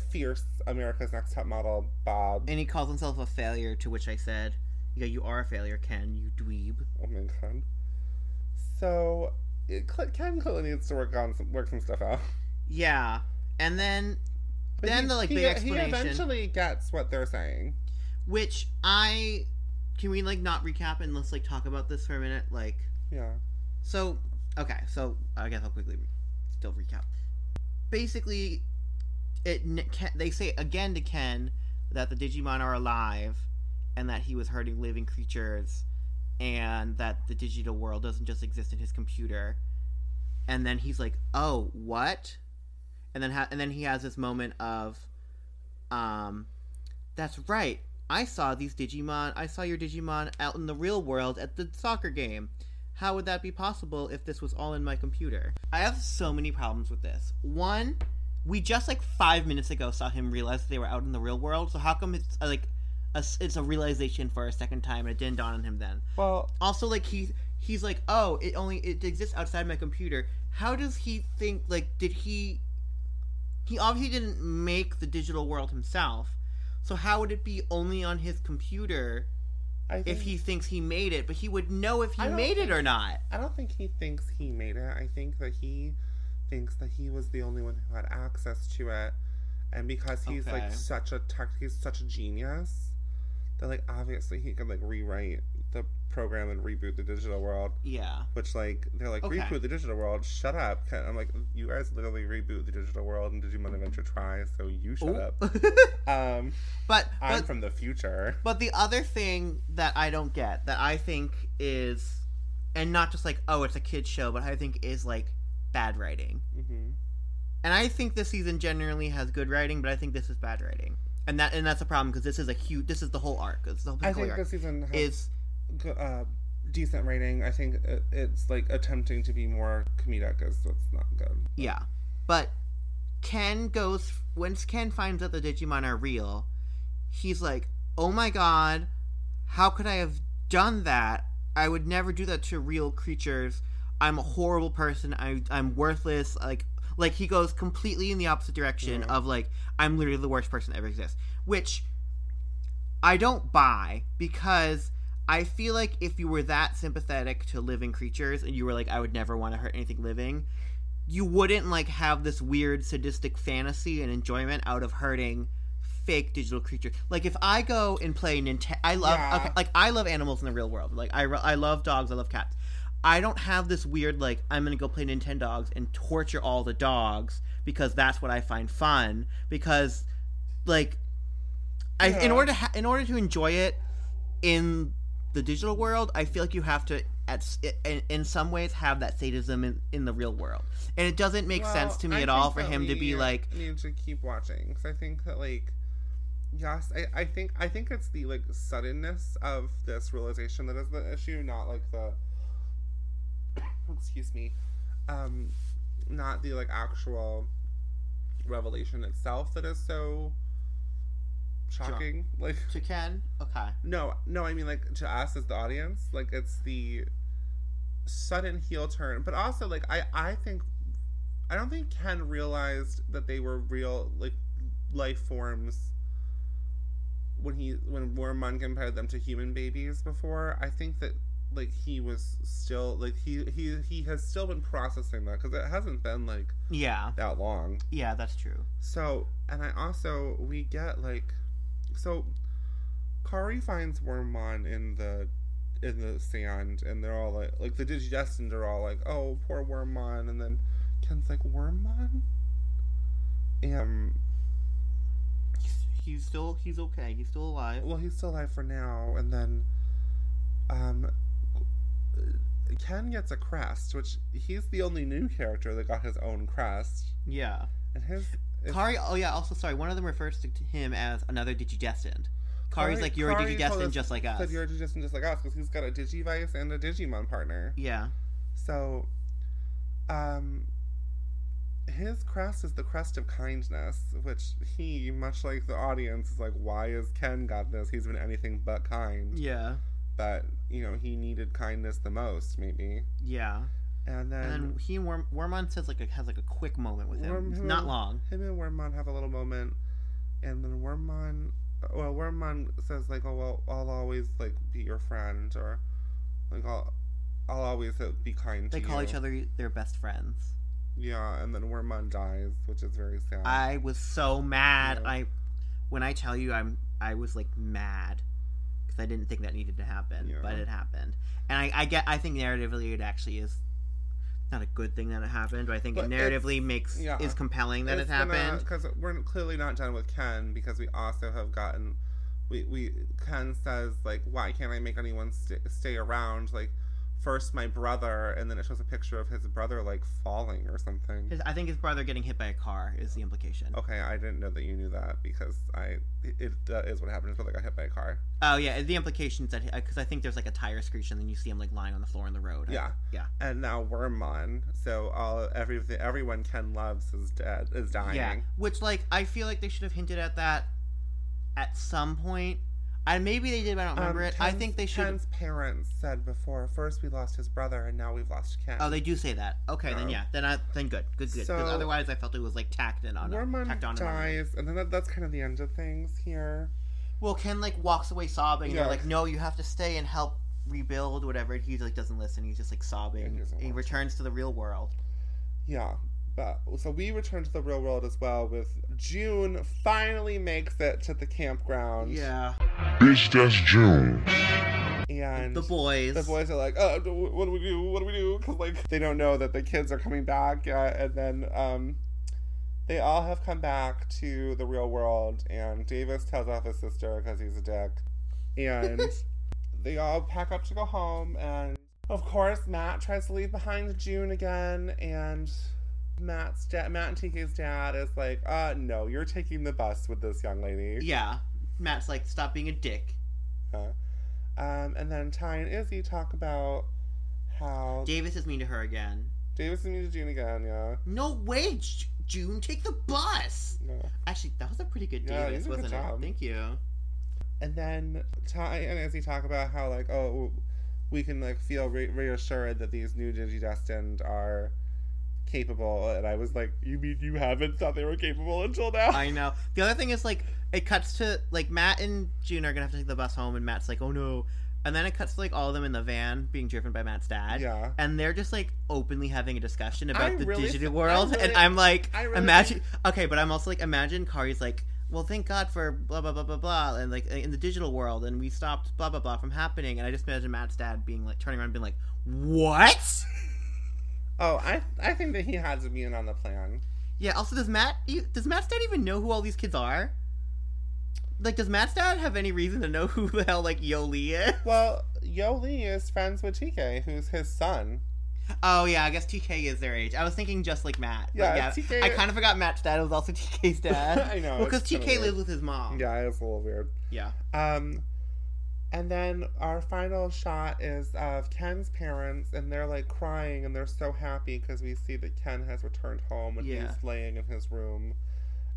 Speaker 2: fierce America's Next Top Model bob.
Speaker 1: and he calls himself a failure. To which I said, "Yeah, you are a failure, Ken. You dweeb."
Speaker 2: oh my god. So it, Cl- Ken clearly needs to work on some, work some stuff out.
Speaker 1: Yeah, and then
Speaker 2: But
Speaker 1: Then
Speaker 2: he-
Speaker 1: the, like,
Speaker 2: he,
Speaker 1: big
Speaker 2: He
Speaker 1: explanation-
Speaker 2: eventually gets what they're saying.
Speaker 1: which I can we like not recap and let's like talk about this for a minute. Like,
Speaker 2: Yeah.
Speaker 1: so okay, so I guess I'll quickly re- still recap. Basically, it n- Ken, they say again to Ken that the Digimon are alive and that he was hurting living creatures and that the digital world doesn't just exist in his computer. And then he's like, "Oh, what?" And then ha- and then he has this moment of um that's right. I saw these Digimon. I saw your Digimon out in the real world at the soccer game. How would that be possible if this was all in my computer? I have so many problems with this. One, we just like five minutes ago saw him realize that they were out in the real world. So how come it's uh, like a, s- it's a realization for a second time and it didn't dawn on him then?
Speaker 2: Well,
Speaker 1: also like he he's like oh it only it exists outside my computer how does he think like did he he obviously didn't make the digital world himself so how would it be only on his computer
Speaker 2: I think,
Speaker 1: if he thinks he made it, but he would know if he
Speaker 2: I don't
Speaker 1: made it or not.
Speaker 2: I don't think he thinks he made it. I think that he thinks that he was the only one who had access to it, and because he's like
Speaker 1: Okay.
Speaker 2: such a tech, he's such a genius. That like obviously he could like rewrite the program and reboot the digital world.
Speaker 1: Yeah.
Speaker 2: Which like they're like
Speaker 1: Okay.
Speaker 2: reboot the digital world. Shut up! Ken." I'm like you guys literally reboot the digital world and Digimon Adventure try. So you shut
Speaker 1: Ooh.
Speaker 2: up. Um,
Speaker 1: but
Speaker 2: I'm
Speaker 1: but,
Speaker 2: from the future.
Speaker 1: but the other thing that I don't get that I think is and not just like oh it's a kids show, but I think is like bad writing.
Speaker 2: Mm-hmm.
Speaker 1: And I think this season generally has good writing, but I think this is bad writing. And that and that's a problem because this is a huge this is the whole arc. This is the whole
Speaker 2: I
Speaker 1: particular
Speaker 2: think
Speaker 1: arc.
Speaker 2: this season has
Speaker 1: is
Speaker 2: g- uh, decent rating. I think it- it's like attempting to be more comedic is what's not good.
Speaker 1: Yeah. But Ken goes once Ken finds out the Digimon are real, he's like, "Oh my god, how could I have done that? I would never do that to real creatures. I'm a horrible person. I I'm worthless." Like like he goes completely in the opposite direction
Speaker 2: Yeah.
Speaker 1: of like I'm literally the worst person that ever exists, which I don't buy because I feel like if you were that sympathetic to living creatures and you were like I would never want to hurt anything living, you wouldn't like have this weird sadistic fantasy and enjoyment out of hurting fake digital creatures. Like if I go and play Nintendo, I love
Speaker 2: Yeah.
Speaker 1: okay, like I love animals in the real world. Like I re- I love dogs, I love cats. I don't have this weird like I'm gonna go play Nintendo dogs and torture all the dogs because that's what I find fun because like I, in
Speaker 2: Yeah.
Speaker 1: order to ha- in order to enjoy it in the digital world, I feel like you have to at s- in, in some ways have that sadism in, in the real world, and it doesn't make sense
Speaker 2: Well,
Speaker 1: to me
Speaker 2: I
Speaker 1: at all
Speaker 2: think
Speaker 1: for
Speaker 2: that
Speaker 1: him to
Speaker 2: we
Speaker 1: be like,
Speaker 2: need to keep watching because I think that like yes, I, I think I think it's the like suddenness of this realization that is the issue, not like the excuse me, um, not the like actual revelation itself that is so shocking. Like
Speaker 1: to Ken, okay,
Speaker 2: no, no, I mean like to us as the audience, like it's the sudden heel turn, but also like I I think I don't think Ken realized that they were real like life forms when he when Wormmon compared them to human babies before. I think that like he was still like he he he has still been processing that because it hasn't been like
Speaker 1: yeah,
Speaker 2: that long.
Speaker 1: yeah, that's true.
Speaker 2: So, and I also we get like, so, Kari finds Wormmon in the in the sand, and they're all like, like the Digidestined are all like, oh, poor Wormmon, and then Ken's like, Wormmon, um,
Speaker 1: He's, he's still he's okay. He's still alive.
Speaker 2: well, he's still alive for now, and then, um. Ken gets a crest, which he's the only new character that got his own crest,
Speaker 1: Yeah,
Speaker 2: and his is-
Speaker 1: Kari. Oh yeah. Also, sorry. One of them refers to him as another Digidestined. Kari's
Speaker 2: Kari-
Speaker 1: like you're
Speaker 2: Kari
Speaker 1: a
Speaker 2: told us
Speaker 1: Digidestined just like us.
Speaker 2: said you're just just like us because he's got a Digivice and a Digimon partner.
Speaker 1: Yeah.
Speaker 2: So, um, his crest is the crest of kindness, which he, much like the audience, is like, why is Ken got this? He's been anything but kind.
Speaker 1: Yeah.
Speaker 2: But you know, he needed kindness the most, maybe.
Speaker 1: Yeah.
Speaker 2: And then,
Speaker 1: And then he and Worm, Wormmon says like a, has like a quick moment with him.
Speaker 2: Worm-
Speaker 1: It's not long.
Speaker 2: him and Wormmon have a little moment, and then Wormmon, well, Wormmon says like, "Oh well, I'll always like be your friend," or like, "I'll, I'll always uh, be kind."
Speaker 1: They
Speaker 2: to
Speaker 1: call
Speaker 2: you.
Speaker 1: each other their best friends.
Speaker 2: Yeah, and then Wormmon dies, which is very sad.
Speaker 1: I was so mad.
Speaker 2: Yeah.
Speaker 1: I when I tell you I'm I was like mad because I didn't think that needed to happen,
Speaker 2: Yeah.
Speaker 1: but it happened. And I, I get I think narratively it actually is not a good thing that it happened, but I think
Speaker 2: But
Speaker 1: it
Speaker 2: it's-
Speaker 1: narratively makes
Speaker 2: yeah.
Speaker 1: is compelling that it happened.
Speaker 2: because we're clearly not done with Ken because we also have gotten we we Ken says like why can't I make anyone st- stay around like first my brother and then it shows a picture of his brother like falling or something.
Speaker 1: His- I think his brother getting hit by a car is the implication. Oh,
Speaker 2: Okay, I didn't know that you knew that because I it that is what happened. His brother got hit by a car.
Speaker 1: Oh, yeah, the implication is that because I think there's like a tire screech and then you see him like lying on the floor in the road.
Speaker 2: Yeah,
Speaker 1: yeah.
Speaker 2: and now Wormmon. So all everything everyone Ken loves is dead is dying.
Speaker 1: Yeah, which like I feel like they should have hinted at that at some point. I maybe they did, but I don't
Speaker 2: Um,
Speaker 1: remember it. I
Speaker 2: Ken's-
Speaker 1: think they should.
Speaker 2: Ken's parents said before, first we lost his brother, and now we've lost Ken.
Speaker 1: Oh, they do say that. Okay, then
Speaker 2: Oh.
Speaker 1: yeah, then I then good, good, good. 'Cause
Speaker 2: So-
Speaker 1: otherwise, I felt it was like tacked in on,
Speaker 2: Wormmon
Speaker 1: tacked on. and on.
Speaker 2: dies, and then that, that's kind of the end of things here.
Speaker 1: Well, Ken like walks away sobbing, and they're
Speaker 2: Yeah.
Speaker 1: like, "No, you have to stay and help rebuild whatever." And he like doesn't listen. He's just like sobbing.
Speaker 2: He doesn't
Speaker 1: and he
Speaker 2: want to.
Speaker 1: returns to the real world.
Speaker 2: Yeah. But so we return to the real world as well with June finally makes it to the campground.
Speaker 1: Yeah,
Speaker 3: Bitch, that's June.
Speaker 2: And
Speaker 1: the boys.
Speaker 2: the boys are like, oh, what do we do? What do we do? Because like they don't know that the kids are coming back yet, and then um, they all have come back to the real world, and Davis tells off his sister because he's a dick, and they all pack up to go home, and of course Matt tries to leave behind June again, and. Matt's dad, Matt and TK's dad is like, uh, no, you're taking the bus with this young lady.
Speaker 1: Yeah, Matt's like, "Stop being a dick."
Speaker 2: Um, and then Ty and Izzy talk about how
Speaker 1: Davis is mean to her again.
Speaker 2: Davis and me to June again, yeah.
Speaker 1: No way, J- June. Take the bus.
Speaker 2: No.
Speaker 1: Actually, that was a pretty good
Speaker 2: Yeah,
Speaker 1: Davis,
Speaker 2: you did a
Speaker 1: wasn't
Speaker 2: good
Speaker 1: it?
Speaker 2: job.
Speaker 1: Thank you.
Speaker 2: And then Ty and Izzy talk about how like oh we can like feel re- reassured that these new Digi Destined are capable. And I was like, you mean you haven't thought they were capable until now?
Speaker 1: I know. The other thing is like it cuts to like Matt and June are gonna have to take the bus home, and Matt's like, "Oh no," and then it cuts to like all of them in the van being driven by Matt's dad.
Speaker 2: yeah.
Speaker 1: and they're just like openly having a discussion about
Speaker 2: I
Speaker 1: the
Speaker 2: really
Speaker 1: digital
Speaker 2: th-
Speaker 1: world,
Speaker 2: I really-
Speaker 1: and I'm like,
Speaker 2: I really
Speaker 1: imagine. Okay, but I'm also like, imagine Kari's like, well, thank God for blah blah blah blah blah, and like in the digital world, and we stopped blah blah blah from happening, and I just imagine Matt's dad being like turning around, and being like, what?
Speaker 2: Oh, I I think that he had to be in on the plan.
Speaker 1: Yeah. Also, does Matt e- does Matt's dad even know who all these kids are? Like, does Matt's dad have any reason to know who the hell like Yoli is?
Speaker 2: Well, Yoli is friends with TK, who's his son.
Speaker 1: Oh yeah, I guess TK is their age. I was thinking just like Matt. but
Speaker 2: Yeah,
Speaker 1: yeah
Speaker 2: TK
Speaker 1: I kind of forgot Matt's dad was also TK's dad.
Speaker 2: I know,
Speaker 1: Well, because
Speaker 2: it's kinda
Speaker 1: TK
Speaker 2: weird.
Speaker 1: lives with his mom.
Speaker 2: Yeah, it's a little weird.
Speaker 1: Yeah.
Speaker 2: Um, and then our final shot is of Ken's parents, and they're like crying and they're so happy because we see that Ken has returned home and
Speaker 1: Yeah.
Speaker 2: he's laying in his room,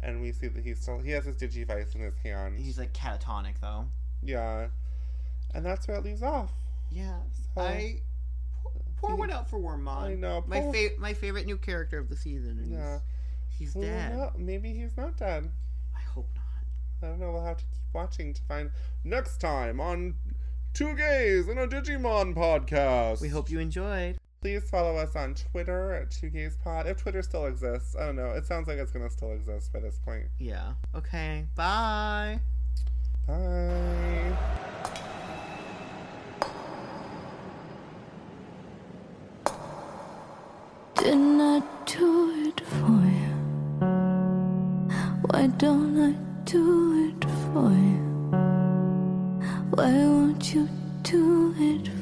Speaker 2: and we see that he's still he has his digivice in his hand.
Speaker 1: He's like catatonic though.
Speaker 2: yeah, and that's where it leaves off.
Speaker 1: Yeah.
Speaker 2: So,
Speaker 1: I pour one out for
Speaker 2: Oh. I
Speaker 1: Wormmon.
Speaker 2: know.
Speaker 1: My
Speaker 2: poor-
Speaker 1: fa- my favorite new character of the season. And
Speaker 2: Yeah.
Speaker 1: He's, he's
Speaker 2: Well,
Speaker 1: dead.
Speaker 2: no, maybe he's not dead.
Speaker 1: I hope not.
Speaker 2: I don't know. We'll have to keep watching to find next time on Two Gays and a Digimon podcast.
Speaker 1: We hope you enjoyed.
Speaker 2: Please follow us on Twitter at Two Gays Pod. If Twitter still exists, I don't know. It sounds like it's gonna still exist by this point.
Speaker 1: Yeah. Okay. Bye.
Speaker 2: Bye.
Speaker 4: Didn't I do it for you? Why don't I do it for you? Why won't you do it